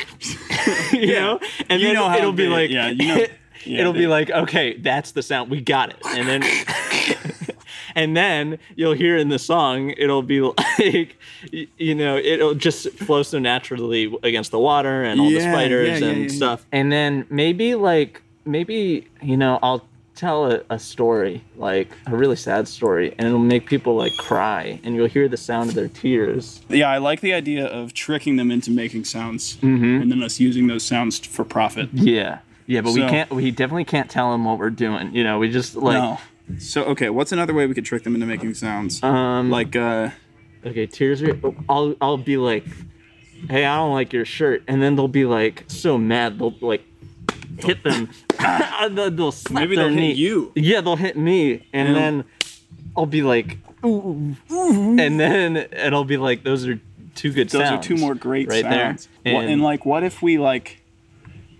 [SPEAKER 1] you know, and
[SPEAKER 2] You
[SPEAKER 1] then
[SPEAKER 2] know how
[SPEAKER 1] it'll be
[SPEAKER 2] they-
[SPEAKER 1] like,
[SPEAKER 2] yeah, you know- yeah,
[SPEAKER 1] it'll
[SPEAKER 2] they-
[SPEAKER 1] be like, okay, that's the sound, we got it, and then, and then you'll hear in the song, it'll be like, y- you know, it'll just flow so naturally against the water and all
[SPEAKER 2] Yeah,
[SPEAKER 1] the spiders
[SPEAKER 2] yeah, yeah,
[SPEAKER 1] and
[SPEAKER 2] yeah, yeah.
[SPEAKER 1] stuff, and then maybe like, maybe you know, I'll tell a, a story like a really sad story and it'll make people like cry and you'll hear the sound of their tears
[SPEAKER 2] Yeah, I like the idea of tricking them into making sounds,
[SPEAKER 1] Mm-hmm.
[SPEAKER 2] and then us using those sounds for profit.
[SPEAKER 1] Yeah. Yeah, but we
[SPEAKER 2] So-
[SPEAKER 1] can't. We definitely can't tell them what we're doing. You know, we just like.
[SPEAKER 2] no. So okay, what's another way we could trick them into making sounds?
[SPEAKER 1] Um,
[SPEAKER 2] like uh,
[SPEAKER 1] Okay, tears. Are, I'll I'll be like, hey, I don't like your shirt, and then they'll be like so mad they'll like hit them. And then they'll slap
[SPEAKER 2] Maybe
[SPEAKER 1] their
[SPEAKER 2] they'll hit
[SPEAKER 1] knee.
[SPEAKER 2] you.
[SPEAKER 1] Yeah, they'll hit me, and
[SPEAKER 2] Yeah.
[SPEAKER 1] then I'll be like, ooh, ooh," and then and I'll be like, those are two good
[SPEAKER 2] Those
[SPEAKER 1] sounds.
[SPEAKER 2] are two more great
[SPEAKER 1] right
[SPEAKER 2] sounds.
[SPEAKER 1] there.
[SPEAKER 2] What- And, like, what if we like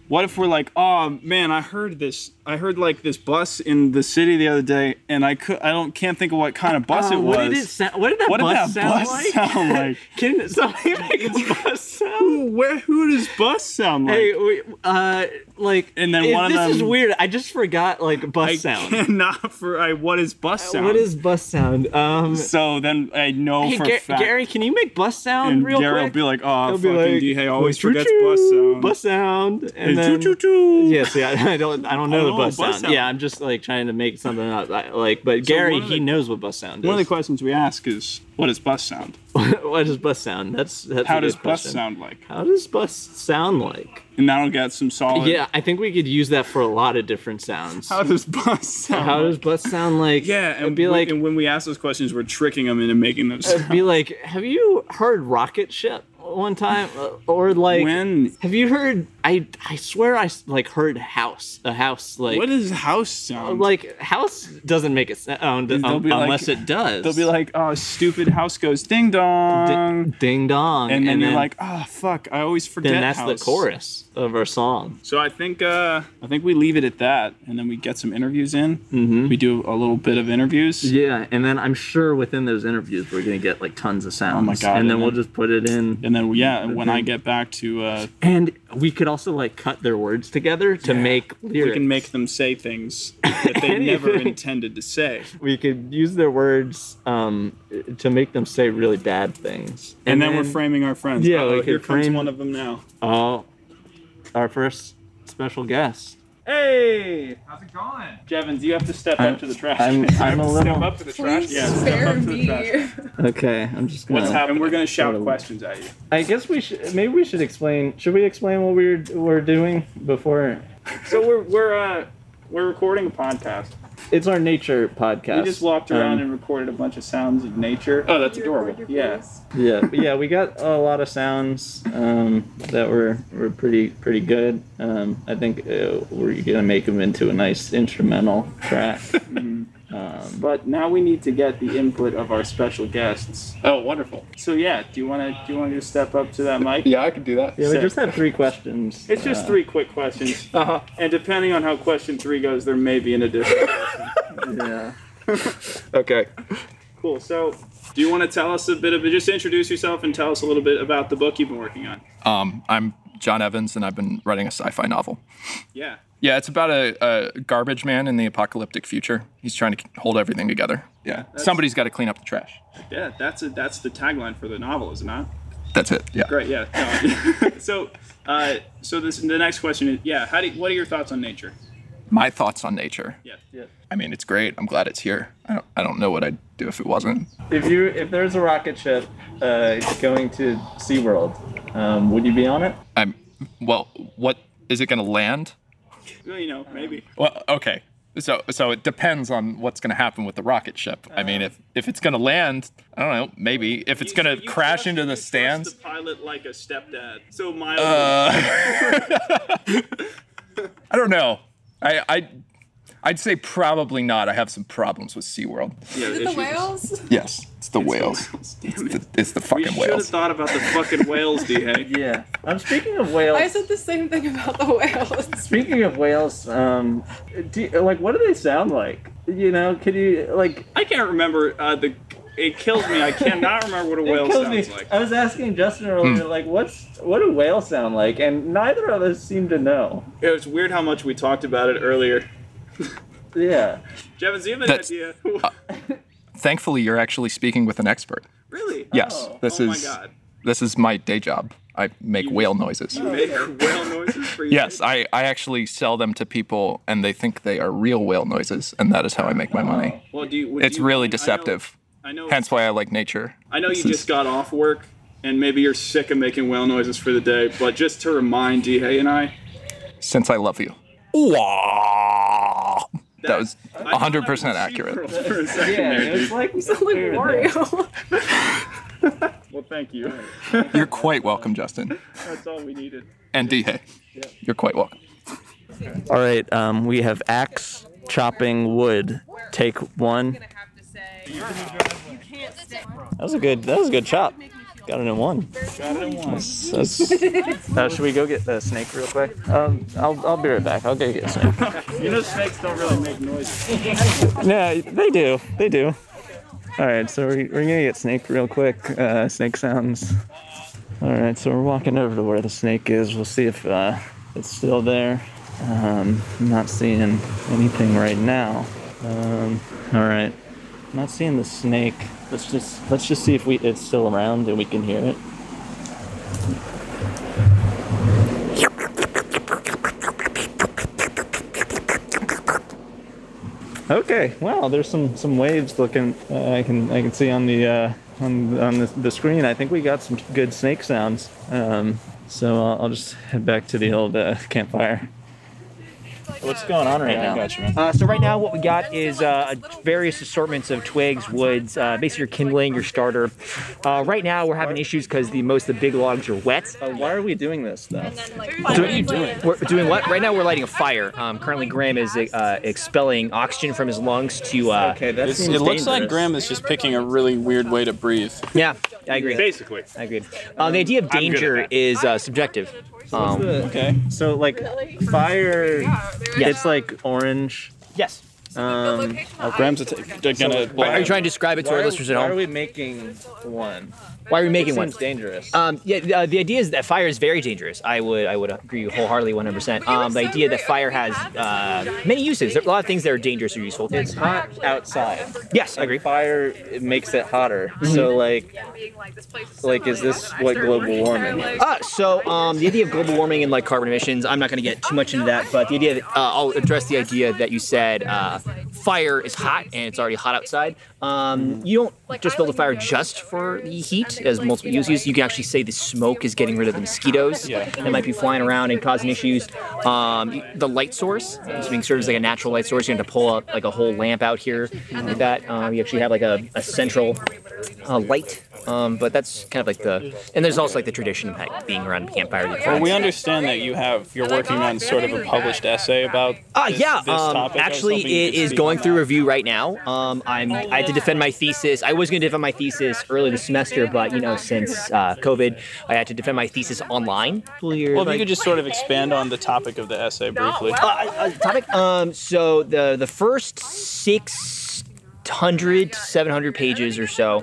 [SPEAKER 2] What if we're like, oh man, I heard this. I heard like this bus in the city the other day, and I could, I don't, can't think of what kind of bus it
[SPEAKER 1] Uh,
[SPEAKER 2] was.
[SPEAKER 1] What did it sound? What did that
[SPEAKER 2] What did
[SPEAKER 1] bus
[SPEAKER 2] that
[SPEAKER 1] sound
[SPEAKER 2] bus
[SPEAKER 1] like?
[SPEAKER 2] sound like?
[SPEAKER 1] Can somebody make a bus sound?
[SPEAKER 2] Who- Where? Who does bus sound like?
[SPEAKER 1] Hey, we, uh, like,
[SPEAKER 2] And then
[SPEAKER 1] if
[SPEAKER 2] one of
[SPEAKER 1] this is
[SPEAKER 2] them-
[SPEAKER 1] weird. I just forgot like bus
[SPEAKER 2] I
[SPEAKER 1] sound. Uh,
[SPEAKER 2] cannot for I. What is bus sound?
[SPEAKER 1] What is bus sound? Um,
[SPEAKER 2] So then I know
[SPEAKER 1] hey,
[SPEAKER 2] for
[SPEAKER 1] Gar-
[SPEAKER 2] a fact.
[SPEAKER 1] Gary, can you make bus sound
[SPEAKER 2] and
[SPEAKER 1] real
[SPEAKER 2] Gary will
[SPEAKER 1] quick?
[SPEAKER 2] be like, oh,
[SPEAKER 1] He'll
[SPEAKER 2] fucking DH always forgets bus
[SPEAKER 1] "Choo-choo,
[SPEAKER 2] sound.
[SPEAKER 1] Bus sound, and
[SPEAKER 2] Hey,
[SPEAKER 1] then
[SPEAKER 2] choo-choo-choo.
[SPEAKER 1] yeah, see, I, I don't, I don't know the
[SPEAKER 2] don't know
[SPEAKER 1] bus,
[SPEAKER 2] bus
[SPEAKER 1] sound.
[SPEAKER 2] sound.
[SPEAKER 1] Yeah, I'm just like trying to make something up. I, like, but Gary,
[SPEAKER 2] one of the-
[SPEAKER 1] he knows what bus sound is.
[SPEAKER 2] One of the questions we ask is, what is bus sound?
[SPEAKER 1] what does bus sound? That's that's.
[SPEAKER 2] How
[SPEAKER 1] a good
[SPEAKER 2] does bus
[SPEAKER 1] question.
[SPEAKER 2] sound like?
[SPEAKER 1] How does bus sound like?
[SPEAKER 2] And that'll get some solid.
[SPEAKER 1] Yeah, I think we could use that for a lot of different sounds.
[SPEAKER 2] How does bus sound?
[SPEAKER 1] How
[SPEAKER 2] like?
[SPEAKER 1] does bus sound like?
[SPEAKER 2] Um, Yeah, and
[SPEAKER 1] it'd be
[SPEAKER 2] we-
[SPEAKER 1] like,
[SPEAKER 2] and when we ask those questions, we're tricking them into making those.
[SPEAKER 1] it'd be like, have you heard rocket ship one time, Uh, or like,
[SPEAKER 2] when
[SPEAKER 1] have you heard? I I swear I s- like heard house a house like uh,
[SPEAKER 2] what does house sound?
[SPEAKER 1] like house doesn't make it sound
[SPEAKER 2] They'll
[SPEAKER 1] um,
[SPEAKER 2] be like-
[SPEAKER 1] unless it does.
[SPEAKER 2] they'll be like, "Oh, stupid house goes ding dong,"
[SPEAKER 1] ding dong,
[SPEAKER 2] and then you're like, "Ah, fuck, I always forget."
[SPEAKER 1] then that's
[SPEAKER 2] house."
[SPEAKER 1] the chorus of our song.
[SPEAKER 2] So I think uh, I think we leave it at that, and then we get some interviews in. Mm-hmm. We do a little bit of interviews.
[SPEAKER 1] Yeah, and then I'm sure within those interviews we're gonna get like tons of sounds.
[SPEAKER 2] Oh God,
[SPEAKER 1] And then
[SPEAKER 2] and
[SPEAKER 1] we'll
[SPEAKER 2] then-
[SPEAKER 1] just put it in,
[SPEAKER 2] And then yeah, when I get back to, uh,
[SPEAKER 1] and we could also like cut their words together to make lyrics.
[SPEAKER 2] we can make them say things that they never
[SPEAKER 1] Anything.
[SPEAKER 2] intended to say.
[SPEAKER 1] we could use their words um, to make them say really bad things.
[SPEAKER 2] And, then, we're framing our friends.
[SPEAKER 1] Yeah, we
[SPEAKER 2] Uh-oh,
[SPEAKER 1] could
[SPEAKER 2] here comes
[SPEAKER 1] frame-
[SPEAKER 2] one of them now.
[SPEAKER 1] Oh, our first special guest.
[SPEAKER 2] Hey, how's it going, Jevons? You have to step
[SPEAKER 1] I'm-
[SPEAKER 2] up to the trash.
[SPEAKER 1] I'm- I'm a little
[SPEAKER 2] up to the
[SPEAKER 7] Please
[SPEAKER 2] Yeah, step
[SPEAKER 7] spare
[SPEAKER 2] up to the
[SPEAKER 7] me.
[SPEAKER 2] trash.
[SPEAKER 1] okay. I'm just gonna.
[SPEAKER 2] What's happening? And we're gonna shout
[SPEAKER 1] Totally.
[SPEAKER 2] questions at you.
[SPEAKER 1] I guess we should. Maybe we should explain. Should we explain what we're we're doing before?
[SPEAKER 2] So we're we're uh we're recording a podcast.
[SPEAKER 1] It's our nature
[SPEAKER 2] We
[SPEAKER 1] podcast.
[SPEAKER 2] just walked around
[SPEAKER 1] Um,
[SPEAKER 2] and recorded a bunch of sounds of nature. Oh, that's
[SPEAKER 7] You record
[SPEAKER 2] adorable.
[SPEAKER 7] your
[SPEAKER 2] Yeah.
[SPEAKER 7] voice?
[SPEAKER 1] yeah, but yeah. We got a lot of sounds um, that were were pretty pretty good. Um, I think uh, we're gonna make them into a nice instrumental track. um,
[SPEAKER 2] But now we need to get the input of our special guests.
[SPEAKER 8] Oh, wonderful.
[SPEAKER 2] So yeah, do you wanna do you wanna just step up to that mic?
[SPEAKER 8] Yeah, I can do that.
[SPEAKER 1] yeah, we
[SPEAKER 2] sick.
[SPEAKER 1] just have three questions.
[SPEAKER 2] It's just
[SPEAKER 1] uh,
[SPEAKER 2] three quick questions,
[SPEAKER 8] Uh-huh.
[SPEAKER 2] and depending on how question three goes, there may be an additional.
[SPEAKER 1] Uh, Yeah.
[SPEAKER 8] Okay.
[SPEAKER 2] cool. So, do you want to tell us a bit of just introduce yourself and tell us a little bit about the book you've been working on?
[SPEAKER 8] Um, I'm John Evans, and I've been writing a sci-fi novel.
[SPEAKER 2] Yeah.
[SPEAKER 8] Yeah, it's about a, a garbage man in the apocalyptic future. He's trying to hold everything together. Yeah, somebody's got to clean up the trash.
[SPEAKER 2] Yeah, that's a, that's the tagline for the novel, is it not?
[SPEAKER 8] That's it. Yeah.
[SPEAKER 2] Great. Yeah. No. so, uh, so this the next question is yeah. How do you- what are your thoughts on nature?
[SPEAKER 8] My thoughts on nature.
[SPEAKER 2] Yeah.
[SPEAKER 8] I mean, it's great. I'm glad it's here. I don't, I don't know what I'd do if it wasn't.
[SPEAKER 1] If you if there's a rocket ship uh, going to SeaWorld, um, would you be on it?
[SPEAKER 8] I'm well. What is it going to land?
[SPEAKER 2] Well, you know, maybe.
[SPEAKER 8] Well, okay. So so it depends on what's going to happen with the rocket ship. I mean, if if it's going to land, I don't know. Maybe if it's
[SPEAKER 2] You-
[SPEAKER 8] going
[SPEAKER 2] so
[SPEAKER 8] to
[SPEAKER 2] you
[SPEAKER 8] crash
[SPEAKER 2] trust-
[SPEAKER 8] into
[SPEAKER 2] you
[SPEAKER 8] the
[SPEAKER 2] trust
[SPEAKER 8] stands.
[SPEAKER 2] The pilot like a stepdad. So Miles.
[SPEAKER 8] Uh, I don't know. I I I'd say probably not. I have some problems with SeaWorld.
[SPEAKER 2] yeah,
[SPEAKER 7] Is it the
[SPEAKER 2] issues.
[SPEAKER 7] whales?
[SPEAKER 8] Yes, it's the whales.
[SPEAKER 2] Damn it.
[SPEAKER 8] It's, the, it's the
[SPEAKER 2] We
[SPEAKER 8] fucking
[SPEAKER 2] should have
[SPEAKER 8] whales.
[SPEAKER 2] thought about the fucking whales, DA.
[SPEAKER 1] Yeah. I'm speaking of
[SPEAKER 7] I
[SPEAKER 1] whales.
[SPEAKER 7] said the same thing about the whales.
[SPEAKER 1] Speaking of whales, um, do you- like what do they sound like? You know, could you like?
[SPEAKER 2] I can't remember uh, the. It kills me. I cannot remember what a
[SPEAKER 1] it
[SPEAKER 2] whale
[SPEAKER 1] kills
[SPEAKER 2] sounds
[SPEAKER 1] me.
[SPEAKER 2] like. Hmm.
[SPEAKER 1] I was asking Justin earlier, like, what's what do whales sound like? And neither of us seem to know.
[SPEAKER 2] It was weird how much we talked about it earlier.
[SPEAKER 1] Yeah.
[SPEAKER 2] Jevons, do you have any
[SPEAKER 8] That's- uh,
[SPEAKER 2] idea?
[SPEAKER 8] Thankfully, you're actually speaking with an expert.
[SPEAKER 2] really?
[SPEAKER 8] Yes,
[SPEAKER 1] Oh.
[SPEAKER 8] this
[SPEAKER 2] oh
[SPEAKER 8] is
[SPEAKER 2] my god.
[SPEAKER 8] this is my day job. I make whale noises.
[SPEAKER 2] You make whale noises for you.
[SPEAKER 8] Yes, I, I actually sell them to people and they think they are real whale noises, and that is how I make my
[SPEAKER 2] Oh,
[SPEAKER 8] money.
[SPEAKER 2] Well, do you, would
[SPEAKER 8] It's
[SPEAKER 2] you-
[SPEAKER 8] really
[SPEAKER 2] I know-
[SPEAKER 8] deceptive.
[SPEAKER 2] I know.
[SPEAKER 8] Hence why I like nature.
[SPEAKER 2] I know you
[SPEAKER 8] This
[SPEAKER 2] just
[SPEAKER 8] is-
[SPEAKER 2] got off work, and maybe you're sick of making whale noises for the day. But just to remind DA and I,
[SPEAKER 8] Since I love you. Wah! That was
[SPEAKER 2] I thought that
[SPEAKER 8] 100%
[SPEAKER 2] was
[SPEAKER 8] accurate.
[SPEAKER 2] SeaWorld For a second
[SPEAKER 1] Yeah.
[SPEAKER 2] there,
[SPEAKER 1] It's
[SPEAKER 2] dude.
[SPEAKER 1] like we
[SPEAKER 7] You sound like Wario.
[SPEAKER 2] Well, thank you.
[SPEAKER 8] You're quite welcome, Justin.
[SPEAKER 2] That's all we needed.
[SPEAKER 8] And DeHay. You're quite welcome.
[SPEAKER 1] All right. Um, we have axe chopping wood. Take one.
[SPEAKER 7] have to say.
[SPEAKER 1] That was a good. That was a good chop.
[SPEAKER 3] Got it in one.
[SPEAKER 1] Uh, should we go get the snake real quick?
[SPEAKER 3] Um, I'll, I'll be right back. I'll go get some.
[SPEAKER 8] You know, snakes don't really make noises.
[SPEAKER 3] yeah, they do. They do.
[SPEAKER 1] All right, so we're, we're gonna get snake real quick. Uh, snake sounds. All right, so we're walking over to where the snake is. We'll see if uh, it's still there. Um, I'm not seeing anything right now. Um, all right, I'm not seeing the snake. Let's just let's just see if we it's still around and we can hear it. Okay. Wow. There's some some waves looking. Uh, I can I can see on the uh, on on the, the screen. I think we got some good snake sounds. Um, so I'll, I'll just head back to the old uh, campfire.
[SPEAKER 3] What's going on right now?
[SPEAKER 2] Gotcha, man.
[SPEAKER 9] Uh, so right now, what we got is uh, various assortments of twigs, woods, uh, basically your kindling, your starter. Uh, right now, we're having issues because the most of the big logs are wet.
[SPEAKER 1] Uh, why are we doing this though?
[SPEAKER 10] What are you doing?
[SPEAKER 9] We're doing what? Right now, we're lighting a fire. Um, currently, Graham is uh, expelling oxygen from his lungs to. Uh,
[SPEAKER 1] Okay, that
[SPEAKER 2] It's-
[SPEAKER 1] seems
[SPEAKER 2] it looks like
[SPEAKER 1] dangerous.
[SPEAKER 2] Graham is just picking a really weird way to breathe.
[SPEAKER 9] Yeah, I agree.
[SPEAKER 4] Basically.
[SPEAKER 9] I agree. Uh, the idea of
[SPEAKER 2] I'm good at
[SPEAKER 9] danger
[SPEAKER 2] that.
[SPEAKER 9] is uh, subjective. Um,
[SPEAKER 2] Okay.
[SPEAKER 1] So like fire, it's like orange.
[SPEAKER 9] yes.
[SPEAKER 1] Um,
[SPEAKER 2] Uh, Graham's atta- they're gonna blow
[SPEAKER 9] Are you
[SPEAKER 2] out.
[SPEAKER 9] trying to describe it to our listeners at
[SPEAKER 1] why are
[SPEAKER 9] home?
[SPEAKER 1] we making one?
[SPEAKER 9] Why are we making one?
[SPEAKER 1] Seems dangerous.
[SPEAKER 9] Um, yeah, uh, the idea is that fire is very dangerous. I would, I would agree wholeheartedly, 100%. Um, the idea that fire has uh, many uses. There are a lot of things that are dangerous or useful.
[SPEAKER 1] it's hot outside.
[SPEAKER 9] yes, I
[SPEAKER 1] And
[SPEAKER 9] agree.
[SPEAKER 1] Fire it makes it hotter. So like,
[SPEAKER 10] Like, is this what global warming is?
[SPEAKER 9] Uh, so um, the idea of global warming and like carbon emissions, I'm not going to get too much into that, but the idea, that, uh, I'll address the idea that you said uh, fire is hot and it's already hot outside. Um, you don't just build a fire just for the heat, as multiple uses. You can actually say the smoke is getting rid of the mosquitoes
[SPEAKER 2] Yeah.
[SPEAKER 9] that might be flying around and causing issues. Um, the light source is being served as like a natural light source. You have to pull up like a whole lamp out here like that. Um, you actually have like a, a central uh, light. Um, but that's kind of like the, and there's also like the tradition of like, being around a campfire. with your
[SPEAKER 2] Well,
[SPEAKER 9] friends.
[SPEAKER 2] we understand that you have you're working on sort of a published essay about.
[SPEAKER 9] Uh,
[SPEAKER 2] this-
[SPEAKER 9] yeah,
[SPEAKER 2] this
[SPEAKER 9] um,
[SPEAKER 2] topic. I was
[SPEAKER 9] actually,
[SPEAKER 2] hoping you
[SPEAKER 9] it
[SPEAKER 2] could
[SPEAKER 9] is
[SPEAKER 2] speak
[SPEAKER 9] going
[SPEAKER 2] on
[SPEAKER 9] through
[SPEAKER 2] that.
[SPEAKER 9] review right now. Um, I'm, I had to defend my thesis. I was going to defend my thesis early this semester, but you know, since uh, COVID, I had to defend my thesis online.
[SPEAKER 2] Well, if you could just sort of expand on the topic of the essay briefly.
[SPEAKER 9] uh, topic. Um, so the the first six hundred to seven hundred pages or so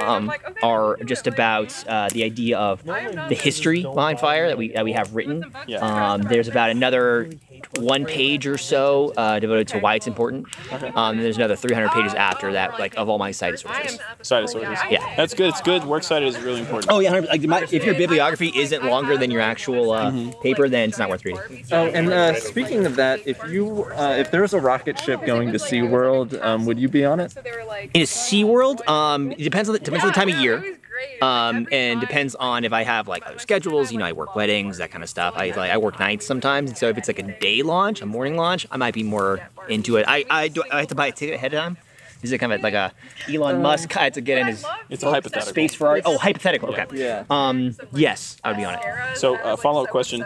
[SPEAKER 9] um, are just about uh, the idea of the history behind fire that we that we have written.
[SPEAKER 2] Yeah.
[SPEAKER 9] Um, there's about another one page or so uh, devoted to why it's important. Um, and there's another 300 pages after that, like of all my cited sources.
[SPEAKER 2] Side disorders.
[SPEAKER 9] Yeah.
[SPEAKER 2] That's good. It's good. Work cited is really important.
[SPEAKER 9] Oh yeah, 100 like my, if your bibliography isn't longer than your actual uh, paper, then it's not worth reading.
[SPEAKER 1] oh, and uh, speaking of that, if you uh, if there was a rocket ship going to SeaWorld, um, would you be on it?
[SPEAKER 11] So they were like,
[SPEAKER 9] In a SeaWorld, um, it depends on the depends on the time of year. um, and
[SPEAKER 10] depends.
[SPEAKER 9] depends on if I have like other schedules. You know, I work weddings, that kind of stuff. I like I work nights sometimes, and so if it's like a day launch, a morning launch, I might be more into it. I I do I have to buy a ticket ahead of time. Is it kind of like a Elon Musk? I had to get in his
[SPEAKER 2] It's a hypothetical.
[SPEAKER 9] space Ferrari. Oh, hypothetical. Okay.
[SPEAKER 1] Yeah.
[SPEAKER 9] Um. Yes, I would be on it.
[SPEAKER 2] So, uh, follow-up question.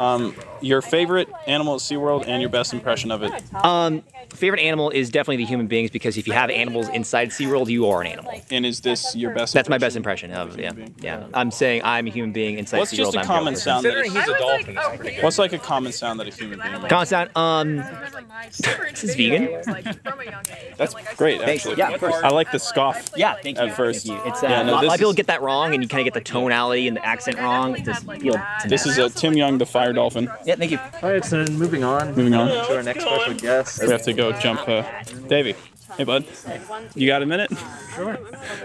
[SPEAKER 2] Um, your favorite animal at SeaWorld and your best impression of it.
[SPEAKER 9] Um. Favorite animal is definitely the human beings because if you have animals inside SeaWorld, you are an animal.
[SPEAKER 2] And is this your best?
[SPEAKER 9] That's my best
[SPEAKER 2] impression?
[SPEAKER 9] impression of yeah. Yeah. I'm saying I'm a human being inside
[SPEAKER 2] What's
[SPEAKER 9] SeaWorld.
[SPEAKER 2] just a
[SPEAKER 9] I'm
[SPEAKER 2] common
[SPEAKER 9] Gilbert.
[SPEAKER 2] sound? That is,
[SPEAKER 4] He's a dolphin.
[SPEAKER 2] what's like a common sound that a human being makes?
[SPEAKER 9] Common sound. Um.
[SPEAKER 10] This
[SPEAKER 9] is vegan?
[SPEAKER 2] That's great,
[SPEAKER 9] Thanks.
[SPEAKER 2] actually.
[SPEAKER 9] Yeah, of course.
[SPEAKER 2] I like the scoff.
[SPEAKER 9] Yeah, thank you.
[SPEAKER 2] At first,
[SPEAKER 9] Thank you. It's, uh,
[SPEAKER 2] yeah,
[SPEAKER 9] a, lot,
[SPEAKER 2] no,
[SPEAKER 9] a lot
[SPEAKER 2] this
[SPEAKER 9] of people
[SPEAKER 2] is,
[SPEAKER 9] get that wrong, and you kind of get the tonality and the accent wrong. It doesn't feel to
[SPEAKER 2] this is a Tim Young, the fire dolphin.
[SPEAKER 9] Yeah, thank you.
[SPEAKER 1] All right, so then moving on
[SPEAKER 2] Moving on,
[SPEAKER 1] to our next special guest.
[SPEAKER 2] we have to go jump. Uh, Davey, hey bud, you got a minute?
[SPEAKER 1] Sure.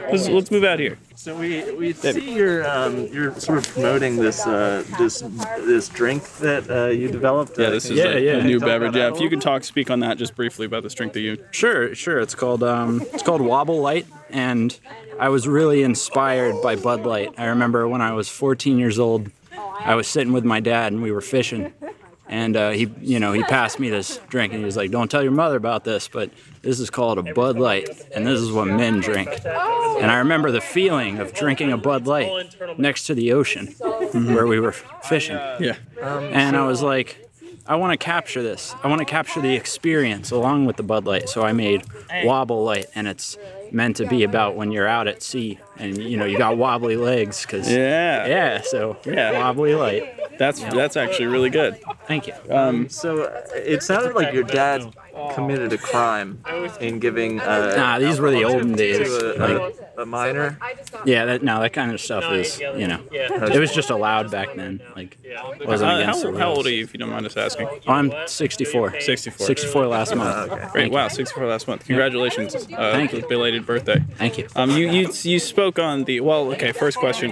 [SPEAKER 2] Let's, let's move out here.
[SPEAKER 1] So we we see you're um, you're sort of promoting this uh, this this drink that uh, you developed.
[SPEAKER 2] Yeah, this is
[SPEAKER 1] yeah,
[SPEAKER 2] a, a new beverage. Yeah, if you could talk, speak on that just briefly about the strength of you.
[SPEAKER 12] Sure, sure. It's called um, it's called Wobble Light, and I was really inspired by Bud Light. I remember when I was 14 years old, I was sitting with my dad and we were fishing, and uh, he, you know, he passed me this drink and he was like, "Don't tell your mother about this, but this is called a Bud Light, and this is what men drink." And I remember the feeling of drinking a Bud Light next to the ocean where we were fishing.
[SPEAKER 2] Yeah.
[SPEAKER 12] And I was like, I want to capture this. I want to capture the experience along with the Bud Light. So I made Wobble Light, and it's meant to be about when you're out at sea and you know you got wobbly legs because
[SPEAKER 2] Yeah.
[SPEAKER 12] yeah so
[SPEAKER 2] Yeah.
[SPEAKER 12] wobbly light
[SPEAKER 2] That's that's actually really good.
[SPEAKER 12] thank you
[SPEAKER 2] Um,
[SPEAKER 1] So uh, it sounded like your dad committed a crime in giving. Uh,
[SPEAKER 12] Nah, these were the
[SPEAKER 1] alcohol
[SPEAKER 12] olden
[SPEAKER 1] to
[SPEAKER 12] days,
[SPEAKER 1] A,
[SPEAKER 12] like-
[SPEAKER 1] a, a minor.
[SPEAKER 12] yeah that no that kind of stuff is you know it was just allowed back then like wasn't
[SPEAKER 2] Uh,
[SPEAKER 12] against
[SPEAKER 2] how,
[SPEAKER 12] the
[SPEAKER 2] how
[SPEAKER 12] rules.
[SPEAKER 2] old are you, if you don't mind us asking?
[SPEAKER 12] I'm 64.
[SPEAKER 2] 64.
[SPEAKER 12] 64 last month.
[SPEAKER 2] Oh, Great. Wow, 64 last month. Congratulations. Uh,
[SPEAKER 12] Thank you.
[SPEAKER 2] Belated birthday.
[SPEAKER 12] Thank you.
[SPEAKER 2] Um, you, you you spoke on the well. Okay, first question.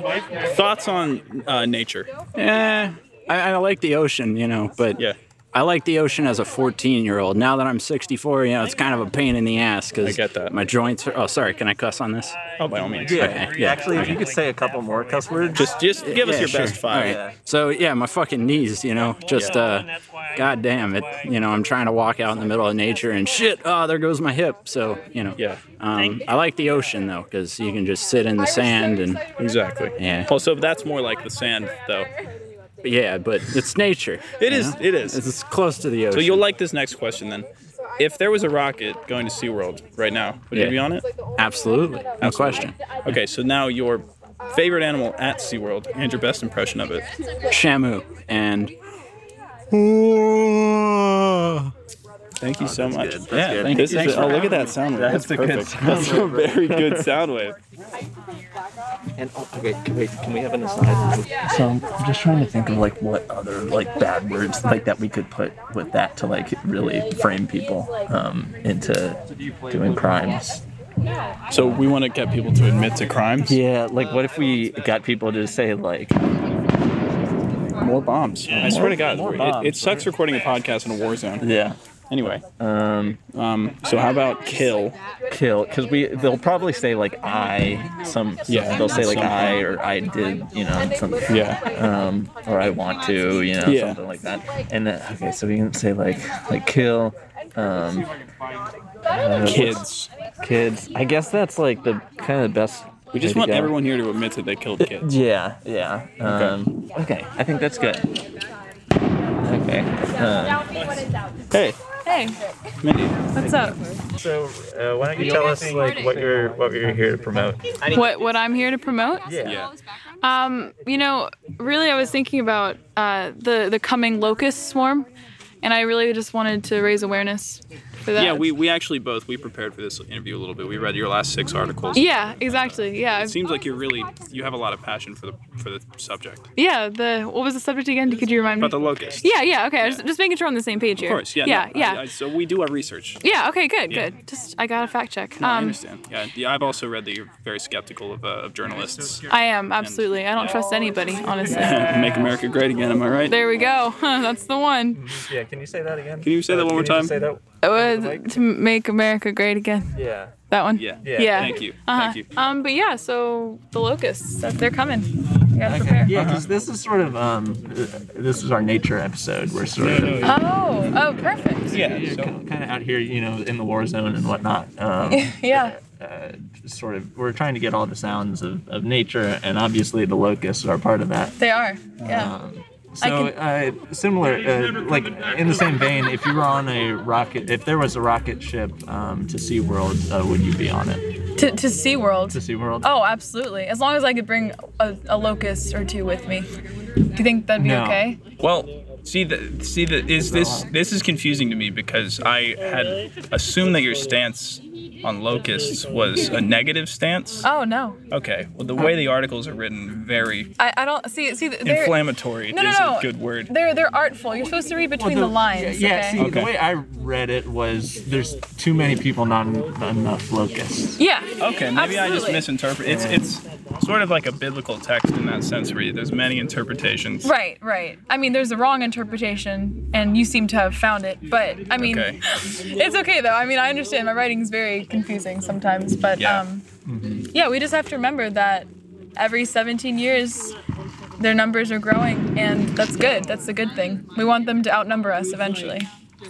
[SPEAKER 2] Thoughts on uh, nature?
[SPEAKER 12] Yeah, Eh, I, I like the ocean, you know, but
[SPEAKER 2] yeah.
[SPEAKER 12] I like the ocean as a 14 year old. Now that I'm 64, you know, it's kind of a pain in the ass because I get that. My joints are. Oh, sorry. Can I cuss on this?
[SPEAKER 2] Oh, by all means.
[SPEAKER 12] Yeah.
[SPEAKER 1] Actually, if you could say a couple more cuss words.
[SPEAKER 2] Just just give us your best five.
[SPEAKER 12] So yeah, my fucking knees, you know, just uh, goddamn it, you know, I'm trying to walk out in the middle of nature and shit, oh, there goes my hip. So you know,
[SPEAKER 2] yeah.
[SPEAKER 12] Um, I like the ocean though, because you can just sit in the sand and
[SPEAKER 2] exactly.
[SPEAKER 12] Yeah.
[SPEAKER 2] Also, that's more like the sand, though.
[SPEAKER 12] Yeah, but it's nature.
[SPEAKER 2] It is. It is.
[SPEAKER 12] It's close to the ocean.
[SPEAKER 2] So you'll like this next question then. If there was a rocket going to SeaWorld right now, would
[SPEAKER 12] Yeah.
[SPEAKER 2] you be on it?
[SPEAKER 12] Absolutely. No question.
[SPEAKER 2] Okay, so now your favorite animal at SeaWorld and your best impression of it.
[SPEAKER 12] Shamu and
[SPEAKER 2] Thank you so much.
[SPEAKER 12] That's good.
[SPEAKER 2] This
[SPEAKER 12] Thanks
[SPEAKER 2] is a,
[SPEAKER 12] for
[SPEAKER 2] oh, look
[SPEAKER 12] having
[SPEAKER 2] at that
[SPEAKER 12] me.
[SPEAKER 2] sound wave.
[SPEAKER 12] That's
[SPEAKER 2] That's,
[SPEAKER 12] a good
[SPEAKER 2] perfect.
[SPEAKER 12] sound
[SPEAKER 2] That's a
[SPEAKER 12] wave, bro.
[SPEAKER 2] very good sound wave.
[SPEAKER 1] And oh, okay, wait, can we have an aside? So Um, I'm just trying to think of like what other like bad words like that we could put with that to like really frame people um, into doing crimes.
[SPEAKER 2] So we want to get people to admit to crimes.
[SPEAKER 1] Yeah, like what if we got people to say like
[SPEAKER 2] more bombs? I swear to God,
[SPEAKER 1] More
[SPEAKER 2] it,
[SPEAKER 1] bombs,
[SPEAKER 2] it sucks recording a podcast in a war zone.
[SPEAKER 1] Yeah.
[SPEAKER 2] Anyway,
[SPEAKER 1] Um,
[SPEAKER 2] um, so how about kill?
[SPEAKER 1] Kill, because we they'll probably say like I some
[SPEAKER 2] Yeah.
[SPEAKER 1] yeah they'll say like
[SPEAKER 2] Something.
[SPEAKER 1] I or I did you know something
[SPEAKER 2] Yeah.
[SPEAKER 1] um or I want to you know
[SPEAKER 2] Yeah.
[SPEAKER 1] something like that and then okay so we can say like like kill um uh,
[SPEAKER 2] Kids.
[SPEAKER 1] kids I guess that's like the kind of the best
[SPEAKER 2] we just
[SPEAKER 1] way to
[SPEAKER 2] want
[SPEAKER 1] go.
[SPEAKER 2] everyone here to admit that they killed kids.
[SPEAKER 1] yeah yeah
[SPEAKER 2] Okay.
[SPEAKER 1] um, okay I think that's good okay uh, hey
[SPEAKER 13] Hey,
[SPEAKER 2] Mindy
[SPEAKER 13] what's up?
[SPEAKER 1] so uh, why don't you tell us like what you're what you're here to promote
[SPEAKER 13] What what I'm here to promote?
[SPEAKER 1] yeah.
[SPEAKER 13] Um, you know, really, I was thinking about uh, the the coming locust swarm, and I really just wanted to raise awareness for that.
[SPEAKER 2] Yeah, we, we actually both we prepared for this interview a little bit. We read your last six articles.
[SPEAKER 13] Yeah, exactly. Yeah.
[SPEAKER 2] It seems like you're really you have a lot of passion for the for the subject.
[SPEAKER 13] Yeah. The what was the subject again? Could you remind me?
[SPEAKER 2] About the locust.
[SPEAKER 13] Yeah. Yeah. Okay. I Just, just making sure we're on the same page
[SPEAKER 2] Of
[SPEAKER 13] here.
[SPEAKER 2] course, yeah. no,
[SPEAKER 13] Yeah.
[SPEAKER 2] I-
[SPEAKER 13] yeah.
[SPEAKER 2] I- so we do our research.
[SPEAKER 13] yeah. Okay. Good.
[SPEAKER 2] Yeah.
[SPEAKER 13] Good. Just I got a fact check. Um,
[SPEAKER 2] No, I understand. Yeah, yeah, I've also read that you're very skeptical of, uh, of journalists.
[SPEAKER 13] I am absolutely. I don't trust anybody, honestly.
[SPEAKER 2] Make America great again. Am I right?
[SPEAKER 13] There we go. That's the one.
[SPEAKER 1] Yeah, can you say that again?
[SPEAKER 2] Can you say that one more
[SPEAKER 1] can you just
[SPEAKER 2] time?
[SPEAKER 1] say that-
[SPEAKER 13] Uh, to make America great again.
[SPEAKER 1] Yeah.
[SPEAKER 13] That one.
[SPEAKER 2] Yeah.
[SPEAKER 13] Yeah.
[SPEAKER 2] Thank you.
[SPEAKER 13] Uh-huh.
[SPEAKER 2] Thank you.
[SPEAKER 13] Um, but yeah, so the locusts, that- they're coming. You gotta prepare.
[SPEAKER 1] Yeah, because this is sort of um, this is our nature episode. We're sort of
[SPEAKER 13] Oh, oh, perfect.
[SPEAKER 1] yeah, kind of out here, you know, in the war zone and whatnot. Um,
[SPEAKER 13] yeah.
[SPEAKER 1] uh, sort of, we're trying to get all the sounds of, of nature, and obviously the locusts are part of that.
[SPEAKER 13] They are. Yeah.
[SPEAKER 1] Um,
[SPEAKER 13] I
[SPEAKER 1] so uh, similar, uh, like in the same vein, if you were on a rocket, if there was a rocket ship um, to SeaWorld, uh, would you be on it?
[SPEAKER 13] To, to SeaWorld.
[SPEAKER 1] To SeaWorld?
[SPEAKER 13] Oh, absolutely. As long as I could bring a, a locust or two with me. Do you think that'd be
[SPEAKER 2] No.
[SPEAKER 13] okay?
[SPEAKER 2] Well, see the see the is this this is confusing to me because I had assumed that your stance on locusts was a negative stance.
[SPEAKER 13] Oh, no.
[SPEAKER 2] Okay. Well, the way the articles are written, very
[SPEAKER 13] I, I don't see see they're
[SPEAKER 2] inflammatory
[SPEAKER 13] No, no,
[SPEAKER 2] is
[SPEAKER 13] no.
[SPEAKER 2] a good word.
[SPEAKER 13] They're they're artful. You're supposed to read between the, lines.
[SPEAKER 1] Yeah,
[SPEAKER 13] okay?
[SPEAKER 1] see, the way I read it was there's too many people, not not enough locusts.
[SPEAKER 13] Yeah.
[SPEAKER 2] Okay, maybe I just
[SPEAKER 13] absolutely.
[SPEAKER 2] misinterpret. It's it's sort of like a biblical text in that sense, where there's many interpretations.
[SPEAKER 13] Right, right. I mean, there's a wrong interpretation, and you seem to have found it. But I mean,
[SPEAKER 2] Okay.
[SPEAKER 13] it's okay though. I mean, I understand my writing's very confusing sometimes, but
[SPEAKER 2] Yeah.
[SPEAKER 13] um, yeah, we just have to remember that every 17 years, their numbers are growing, and that's good. That's a good thing. We want them to outnumber us eventually.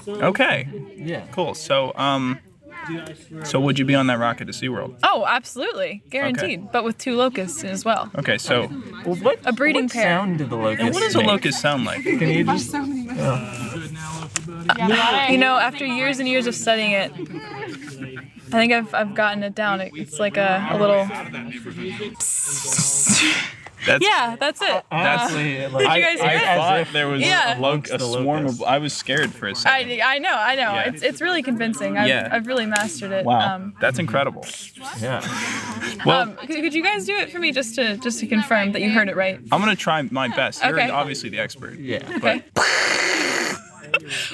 [SPEAKER 2] Okay.
[SPEAKER 1] Yeah.
[SPEAKER 2] Cool. So um, so would you be on that rocket to SeaWorld?
[SPEAKER 13] Oh, absolutely, guaranteed. But with two locusts as well.
[SPEAKER 2] Okay. So
[SPEAKER 1] what
[SPEAKER 13] a breeding pair?
[SPEAKER 1] sound did the locust
[SPEAKER 2] and what does a
[SPEAKER 1] make?
[SPEAKER 2] locust sound like?
[SPEAKER 1] Can you just?
[SPEAKER 13] You know, after years and years of studying it,
[SPEAKER 7] I think I've, I've gotten it down. It, it's like a, a little.
[SPEAKER 2] That's,
[SPEAKER 7] yeah, that's it.
[SPEAKER 2] Honestly,
[SPEAKER 7] Uh,
[SPEAKER 2] like,
[SPEAKER 7] did you
[SPEAKER 2] I,
[SPEAKER 7] guys
[SPEAKER 2] I
[SPEAKER 7] hear it?
[SPEAKER 2] thought there was
[SPEAKER 7] Yeah.
[SPEAKER 2] a, lo- a swarm of. I was scared for a second.
[SPEAKER 7] I, I know, I know.
[SPEAKER 2] Yeah.
[SPEAKER 7] It's, it's really convincing. I've,
[SPEAKER 2] Yeah.
[SPEAKER 7] I've really mastered it.
[SPEAKER 2] Wow,
[SPEAKER 7] Um,
[SPEAKER 2] Ah, that's incredible. Yeah. Well,
[SPEAKER 7] um, could, could you guys do it for me just to just to confirm that you heard it right?
[SPEAKER 2] I'm gonna try my best.
[SPEAKER 7] Okay.
[SPEAKER 2] You're obviously the expert. Yeah.
[SPEAKER 7] Okay.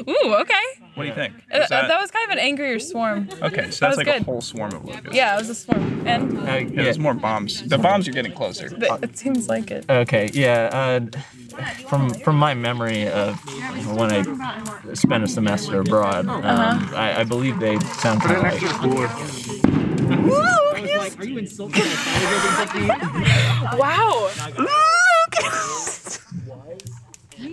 [SPEAKER 7] Ooh, okay.
[SPEAKER 2] What do you think?
[SPEAKER 7] Uh,
[SPEAKER 2] Is
[SPEAKER 7] that, was kind of an angrier swarm.
[SPEAKER 2] okay, so
[SPEAKER 7] that
[SPEAKER 2] that's
[SPEAKER 7] was
[SPEAKER 2] like
[SPEAKER 7] good.
[SPEAKER 2] a whole swarm of locusts.
[SPEAKER 7] Yeah, it was a swarm. And
[SPEAKER 2] Uh, yeah, There's more bombs. The bombs are getting closer.
[SPEAKER 7] th- it seems like it.
[SPEAKER 1] Okay, yeah. Uh, from from my memory of when I spent a semester abroad, um,
[SPEAKER 7] Uh-huh.
[SPEAKER 1] I, I believe they sound kind of like.
[SPEAKER 7] Woo!
[SPEAKER 14] Are you insulting us?
[SPEAKER 7] Wow.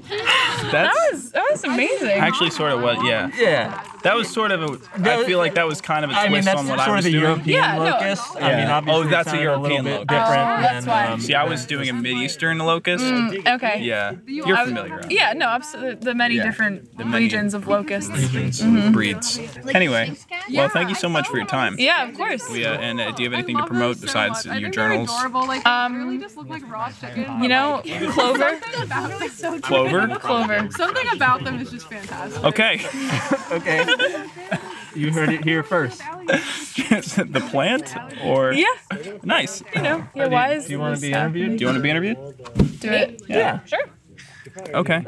[SPEAKER 7] that
[SPEAKER 2] That's-
[SPEAKER 7] was that was amazing.
[SPEAKER 2] Actually, sort of what? Yeah.
[SPEAKER 1] Yeah.
[SPEAKER 2] That was sort of a. I feel like that was kind of a twist
[SPEAKER 1] I mean, that's
[SPEAKER 2] on what I
[SPEAKER 1] sort
[SPEAKER 2] was
[SPEAKER 1] of the
[SPEAKER 2] doing.
[SPEAKER 1] European Yeah, no. locust. I mean, obviously
[SPEAKER 2] oh,
[SPEAKER 1] it
[SPEAKER 2] that's a
[SPEAKER 1] sounded a
[SPEAKER 2] European
[SPEAKER 1] little bit
[SPEAKER 2] locust.
[SPEAKER 1] different Oh,
[SPEAKER 7] that's than, why. um,
[SPEAKER 2] See, I was doing a mid Eastern locust.
[SPEAKER 7] Mm, okay.
[SPEAKER 2] Yeah. You're
[SPEAKER 7] I-
[SPEAKER 2] familiar. right?
[SPEAKER 7] Yeah, no, absolutely. The many
[SPEAKER 2] Yeah.
[SPEAKER 7] different
[SPEAKER 2] The many
[SPEAKER 7] regions of locusts.
[SPEAKER 2] Regions,
[SPEAKER 7] Mhm.
[SPEAKER 2] breeds. Anyway, well, thank you so much for your time.
[SPEAKER 7] Yeah, of course.
[SPEAKER 2] We, uh, and uh, do you have anything to promote besides your journals?
[SPEAKER 7] Like, um, really just look like raw chicken. You know, clover.
[SPEAKER 14] Something about them is so
[SPEAKER 2] Clover?
[SPEAKER 14] different.
[SPEAKER 7] Clover.
[SPEAKER 14] Something about them is just fantastic.
[SPEAKER 2] Okay.
[SPEAKER 1] okay. You heard it here first.
[SPEAKER 2] the plant or
[SPEAKER 7] Yeah.
[SPEAKER 2] Nice.
[SPEAKER 7] You know, yeah. Why is
[SPEAKER 1] Do you want to
[SPEAKER 7] this
[SPEAKER 1] be interviewed?
[SPEAKER 2] Do you want to be interviewed?
[SPEAKER 7] Do it.
[SPEAKER 2] Yeah.
[SPEAKER 7] Sure.
[SPEAKER 2] Okay.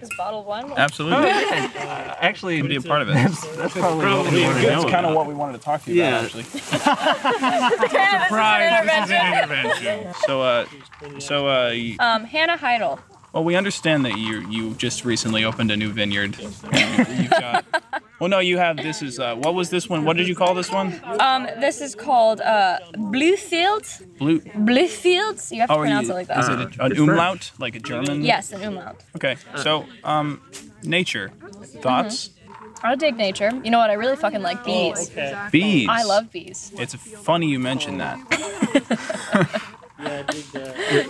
[SPEAKER 7] this bottle of wine?
[SPEAKER 2] Absolutely.
[SPEAKER 1] actually,
[SPEAKER 2] be a part of it.
[SPEAKER 1] That's, that's probably, what we want to know.
[SPEAKER 2] That's kind of what we wanted to talk to you about, actually.
[SPEAKER 7] Surprise!
[SPEAKER 2] So, uh, so, uh, y-
[SPEAKER 13] Um, Hannah Heidel.
[SPEAKER 2] well, we understand that you you just recently opened a new vineyard. And You've got, well, no, you have this is uh, what was this one? What did you call this one?
[SPEAKER 13] Um, this is called uh, Bluefields.
[SPEAKER 2] Blue.
[SPEAKER 13] Bluefields. You have to
[SPEAKER 2] Oh, are
[SPEAKER 13] pronounce
[SPEAKER 2] you-
[SPEAKER 13] it like that.
[SPEAKER 2] Is it a, an umlaut, like a German?
[SPEAKER 13] Yes, an umlaut.
[SPEAKER 2] Okay. So, um, nature, thoughts.
[SPEAKER 13] I dig nature. You know what? I really fucking like
[SPEAKER 2] Oh,
[SPEAKER 13] bees.
[SPEAKER 2] Bees.
[SPEAKER 13] I love bees.
[SPEAKER 2] It's funny you mentioned that.
[SPEAKER 1] We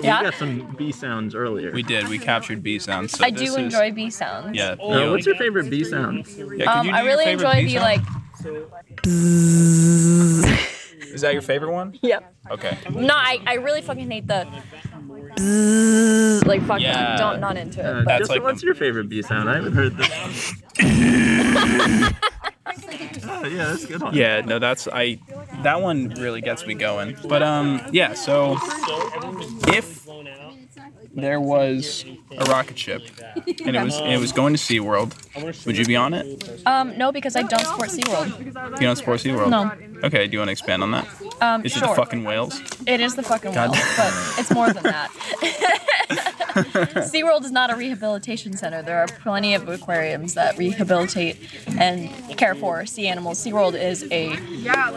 [SPEAKER 13] Yeah.
[SPEAKER 1] got some bee sounds earlier.
[SPEAKER 2] We did. We captured bee sounds. So
[SPEAKER 13] I do
[SPEAKER 2] this is-
[SPEAKER 13] enjoy bee sounds.
[SPEAKER 2] Yeah.
[SPEAKER 1] Uh,
[SPEAKER 2] you-
[SPEAKER 1] what's your favorite bee sound?
[SPEAKER 2] could
[SPEAKER 13] um,
[SPEAKER 2] you do
[SPEAKER 13] I
[SPEAKER 2] your
[SPEAKER 13] really
[SPEAKER 2] favorite bee
[SPEAKER 13] enjoy the
[SPEAKER 2] sound?
[SPEAKER 13] like.
[SPEAKER 2] Is that your favorite one?
[SPEAKER 13] Yep.
[SPEAKER 2] Okay.
[SPEAKER 13] No, I, I really fucking hate the. bzzz, Like fuck,
[SPEAKER 1] Yeah.
[SPEAKER 13] I'm don't not into
[SPEAKER 1] Uh,
[SPEAKER 13] it. but-
[SPEAKER 1] Jessica, what's your favorite bee sound? I haven't heard this. Oh, yeah, that's a good one.
[SPEAKER 2] Yeah, no, that's I. That one really gets me going. But um, yeah. So if there was a rocket ship and it was and it was going to SeaWorld, would you be on it?
[SPEAKER 13] Um, no, because I don't support SeaWorld.
[SPEAKER 2] You don't support SeaWorld?
[SPEAKER 13] No.
[SPEAKER 2] Okay. Do you want to expand on that?
[SPEAKER 13] Um,
[SPEAKER 2] Is
[SPEAKER 13] sure.
[SPEAKER 2] it the fucking whales?
[SPEAKER 13] It is the fucking
[SPEAKER 2] God.
[SPEAKER 13] world, but it's more than that. SeaWorld is not a rehabilitation center. There are plenty of aquariums that rehabilitate and care for sea animals. SeaWorld is a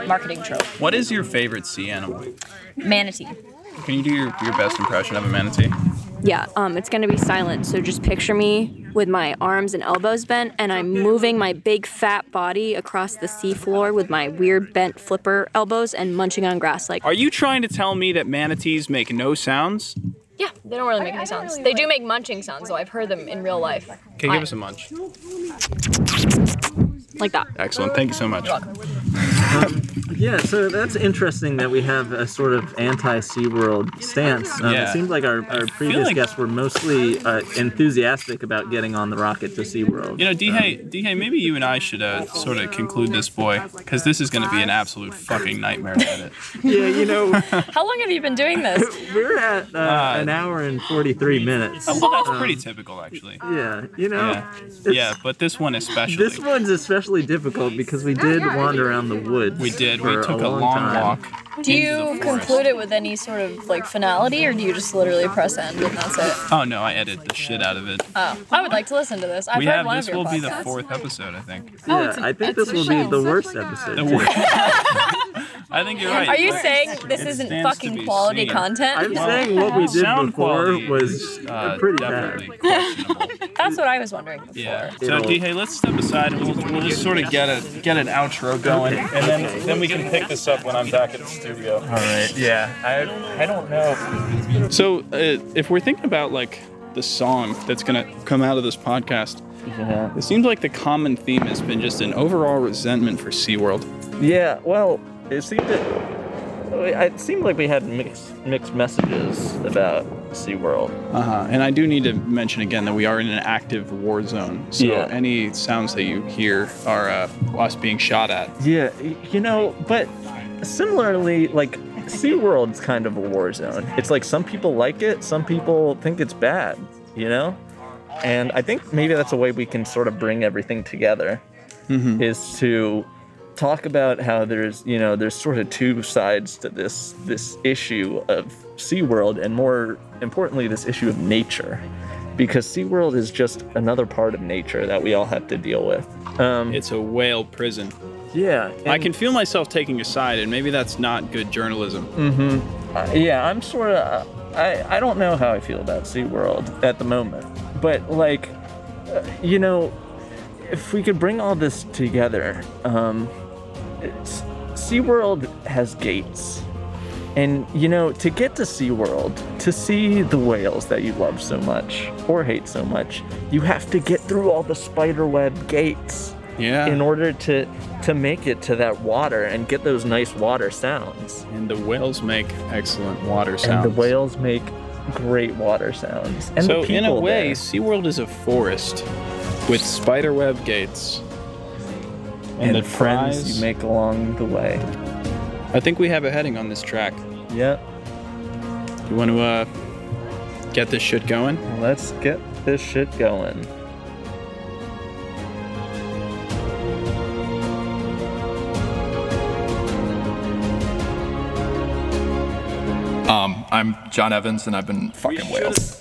[SPEAKER 13] marketing trope.
[SPEAKER 2] What is your favorite sea animal?
[SPEAKER 13] Manatee.
[SPEAKER 2] Can you do your, your best impression of a manatee?
[SPEAKER 15] Yeah, um, it's gonna be silent. So just picture me with my arms and elbows bent, and I'm moving my big fat body across the seafloor with my weird bent flipper elbows and munching on grass like.
[SPEAKER 2] Are you trying to tell me that manatees make no sounds?
[SPEAKER 13] Yeah, they don't really make any sounds. They do make munching sounds, though. I've heard them in real life.
[SPEAKER 2] Okay, give us a munch.
[SPEAKER 13] Like that.
[SPEAKER 2] Excellent. Thank you so much.
[SPEAKER 1] Yeah, so that's interesting that we have a sort of anti SeaWorld stance. Um,
[SPEAKER 2] Yeah.
[SPEAKER 1] It seems like our, our previous
[SPEAKER 2] like-
[SPEAKER 1] guests were mostly uh, enthusiastic about getting on the rocket to SeaWorld.
[SPEAKER 2] You know, DH, DH, maybe you and I should uh, sort of conclude this boy, because this is going to be an absolute fucking nightmare to edit.
[SPEAKER 1] yeah, you know,
[SPEAKER 13] How long have you been doing this?
[SPEAKER 1] We're at uh, an hour and 43 minutes.
[SPEAKER 2] Oh, well, that's
[SPEAKER 1] Um,
[SPEAKER 2] pretty typical, actually.
[SPEAKER 1] Yeah, you know.
[SPEAKER 2] Yeah, yeah but this one especially.
[SPEAKER 1] This one's especially difficult because we did wander around the woods.
[SPEAKER 2] We did. We
[SPEAKER 1] for
[SPEAKER 2] took
[SPEAKER 1] a
[SPEAKER 2] a
[SPEAKER 1] long,
[SPEAKER 2] long
[SPEAKER 1] time.
[SPEAKER 2] walk.
[SPEAKER 13] Do you conclude it with any sort of like finality, or do you just literally press end and that's it?
[SPEAKER 2] Oh no, I edited the shit out of it.
[SPEAKER 13] Oh, I would like to listen to this. I've
[SPEAKER 2] we
[SPEAKER 13] heard
[SPEAKER 2] have
[SPEAKER 13] one
[SPEAKER 2] this
[SPEAKER 13] of your
[SPEAKER 2] will be the
[SPEAKER 13] podcasts.
[SPEAKER 2] fourth episode, I think.
[SPEAKER 1] Yeah, I think this will be the worst episode.
[SPEAKER 2] The
[SPEAKER 1] too.
[SPEAKER 2] worst. I think you're right.
[SPEAKER 13] Are you
[SPEAKER 2] but-
[SPEAKER 13] saying this
[SPEAKER 2] It
[SPEAKER 13] isn't
[SPEAKER 2] stands to
[SPEAKER 13] fucking
[SPEAKER 2] be
[SPEAKER 13] quality
[SPEAKER 2] seen.
[SPEAKER 13] content?
[SPEAKER 1] I'm saying what we did
[SPEAKER 2] Sound
[SPEAKER 1] before
[SPEAKER 2] quality
[SPEAKER 1] was
[SPEAKER 2] uh,
[SPEAKER 1] pretty
[SPEAKER 2] definitely.
[SPEAKER 1] bad.
[SPEAKER 13] That's what I was wondering.
[SPEAKER 2] Yeah. So,
[SPEAKER 1] It'll-
[SPEAKER 2] D, hey, let's step aside and we'll, we'll just sort of get a get an outro going,
[SPEAKER 1] Okay.
[SPEAKER 2] and then then we can pick this up when I'm back at the studio. All
[SPEAKER 1] right. Yeah. I I don't know.
[SPEAKER 2] So, uh, if we're thinking about like the song that's gonna come out of this podcast, it seems like the common theme has been just an overall resentment for SeaWorld.
[SPEAKER 1] Yeah, well, it seemed to, it seemed like we had mixed mixed messages about SeaWorld.
[SPEAKER 2] Uh huh. And I do need to mention again that we are in an active war zone. So
[SPEAKER 1] Yeah.
[SPEAKER 2] any sounds that you hear are uh, us being shot at.
[SPEAKER 1] Yeah, y- you know, but similarly, like SeaWorld's kind of a war zone. It's like some people like it, some people think it's bad, you know? And I think maybe that's a way we can sort of bring everything together is to talk about how there's, you know, there's sort of two sides to this this issue of SeaWorld and more importantly this issue of nature. Because SeaWorld is just another part of nature that we all have to deal with. Um,
[SPEAKER 2] it's a whale prison.
[SPEAKER 1] Yeah.
[SPEAKER 2] I can feel myself taking a side, and maybe that's not good journalism.
[SPEAKER 1] Mm-hmm. Uh, yeah, I'm sort of. I, I don't know how I feel about SeaWorld at the moment. But, like, uh, you know, if we could bring all this together, um, it's, SeaWorld has gates. And, you know, to get to SeaWorld, to see the whales that you love so much or hate so much, you have to get through all the spiderweb gates.
[SPEAKER 2] Yeah.
[SPEAKER 1] In order to to make it to that water and get those nice water sounds.
[SPEAKER 2] And the whales make excellent water
[SPEAKER 1] And
[SPEAKER 2] sounds.
[SPEAKER 1] the whales make great water sounds. And
[SPEAKER 2] so
[SPEAKER 1] the people
[SPEAKER 2] in a way,
[SPEAKER 1] there.
[SPEAKER 2] SeaWorld is a forest with spiderweb gates
[SPEAKER 1] And friends you make along the way.
[SPEAKER 2] I think we have a heading on this track.
[SPEAKER 1] Yep.
[SPEAKER 2] You want to uh, get this shit going?
[SPEAKER 1] Let's get this shit going.
[SPEAKER 8] Um, I'm John Evans, and I've been fucking whales.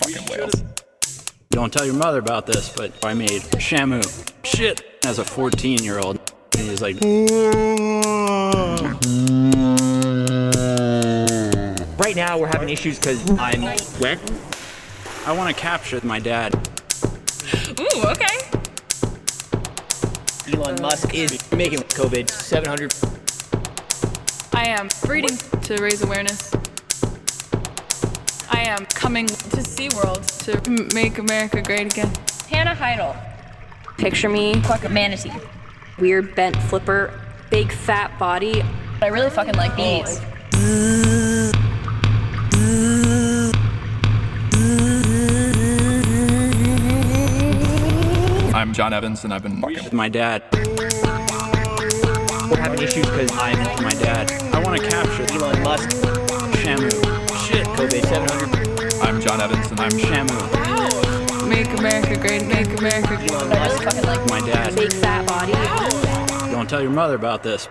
[SPEAKER 8] Fucking whales.
[SPEAKER 12] Don't tell your mother about this, but I made Shamu shit as a 14 year old. And he's like,
[SPEAKER 9] Right now, we're having issues because I'm wet.
[SPEAKER 12] I want to capture my dad.
[SPEAKER 7] Ooh, okay.
[SPEAKER 9] Elon Musk is making COVID 700.
[SPEAKER 7] I am breeding to raise awareness. I am coming to SeaWorld to m- make America great again.
[SPEAKER 16] Hannah Heidel.
[SPEAKER 13] Picture me,
[SPEAKER 16] Fuck a manatee.
[SPEAKER 13] weird bent flipper, big fat body.
[SPEAKER 16] I really fucking like these.
[SPEAKER 8] I'm John Evans, and I've been fucking
[SPEAKER 12] My dad.
[SPEAKER 9] We're having issues because I'm my dad.
[SPEAKER 12] I want to capture
[SPEAKER 9] Elon Musk.
[SPEAKER 12] Shamu. Shit.
[SPEAKER 9] COVID 700.
[SPEAKER 8] I'm John Evans, and I'm
[SPEAKER 12] Shamu.
[SPEAKER 7] Make America great. Make America great.
[SPEAKER 12] My dad.
[SPEAKER 13] Big fat body.
[SPEAKER 12] Don't tell your mother about this.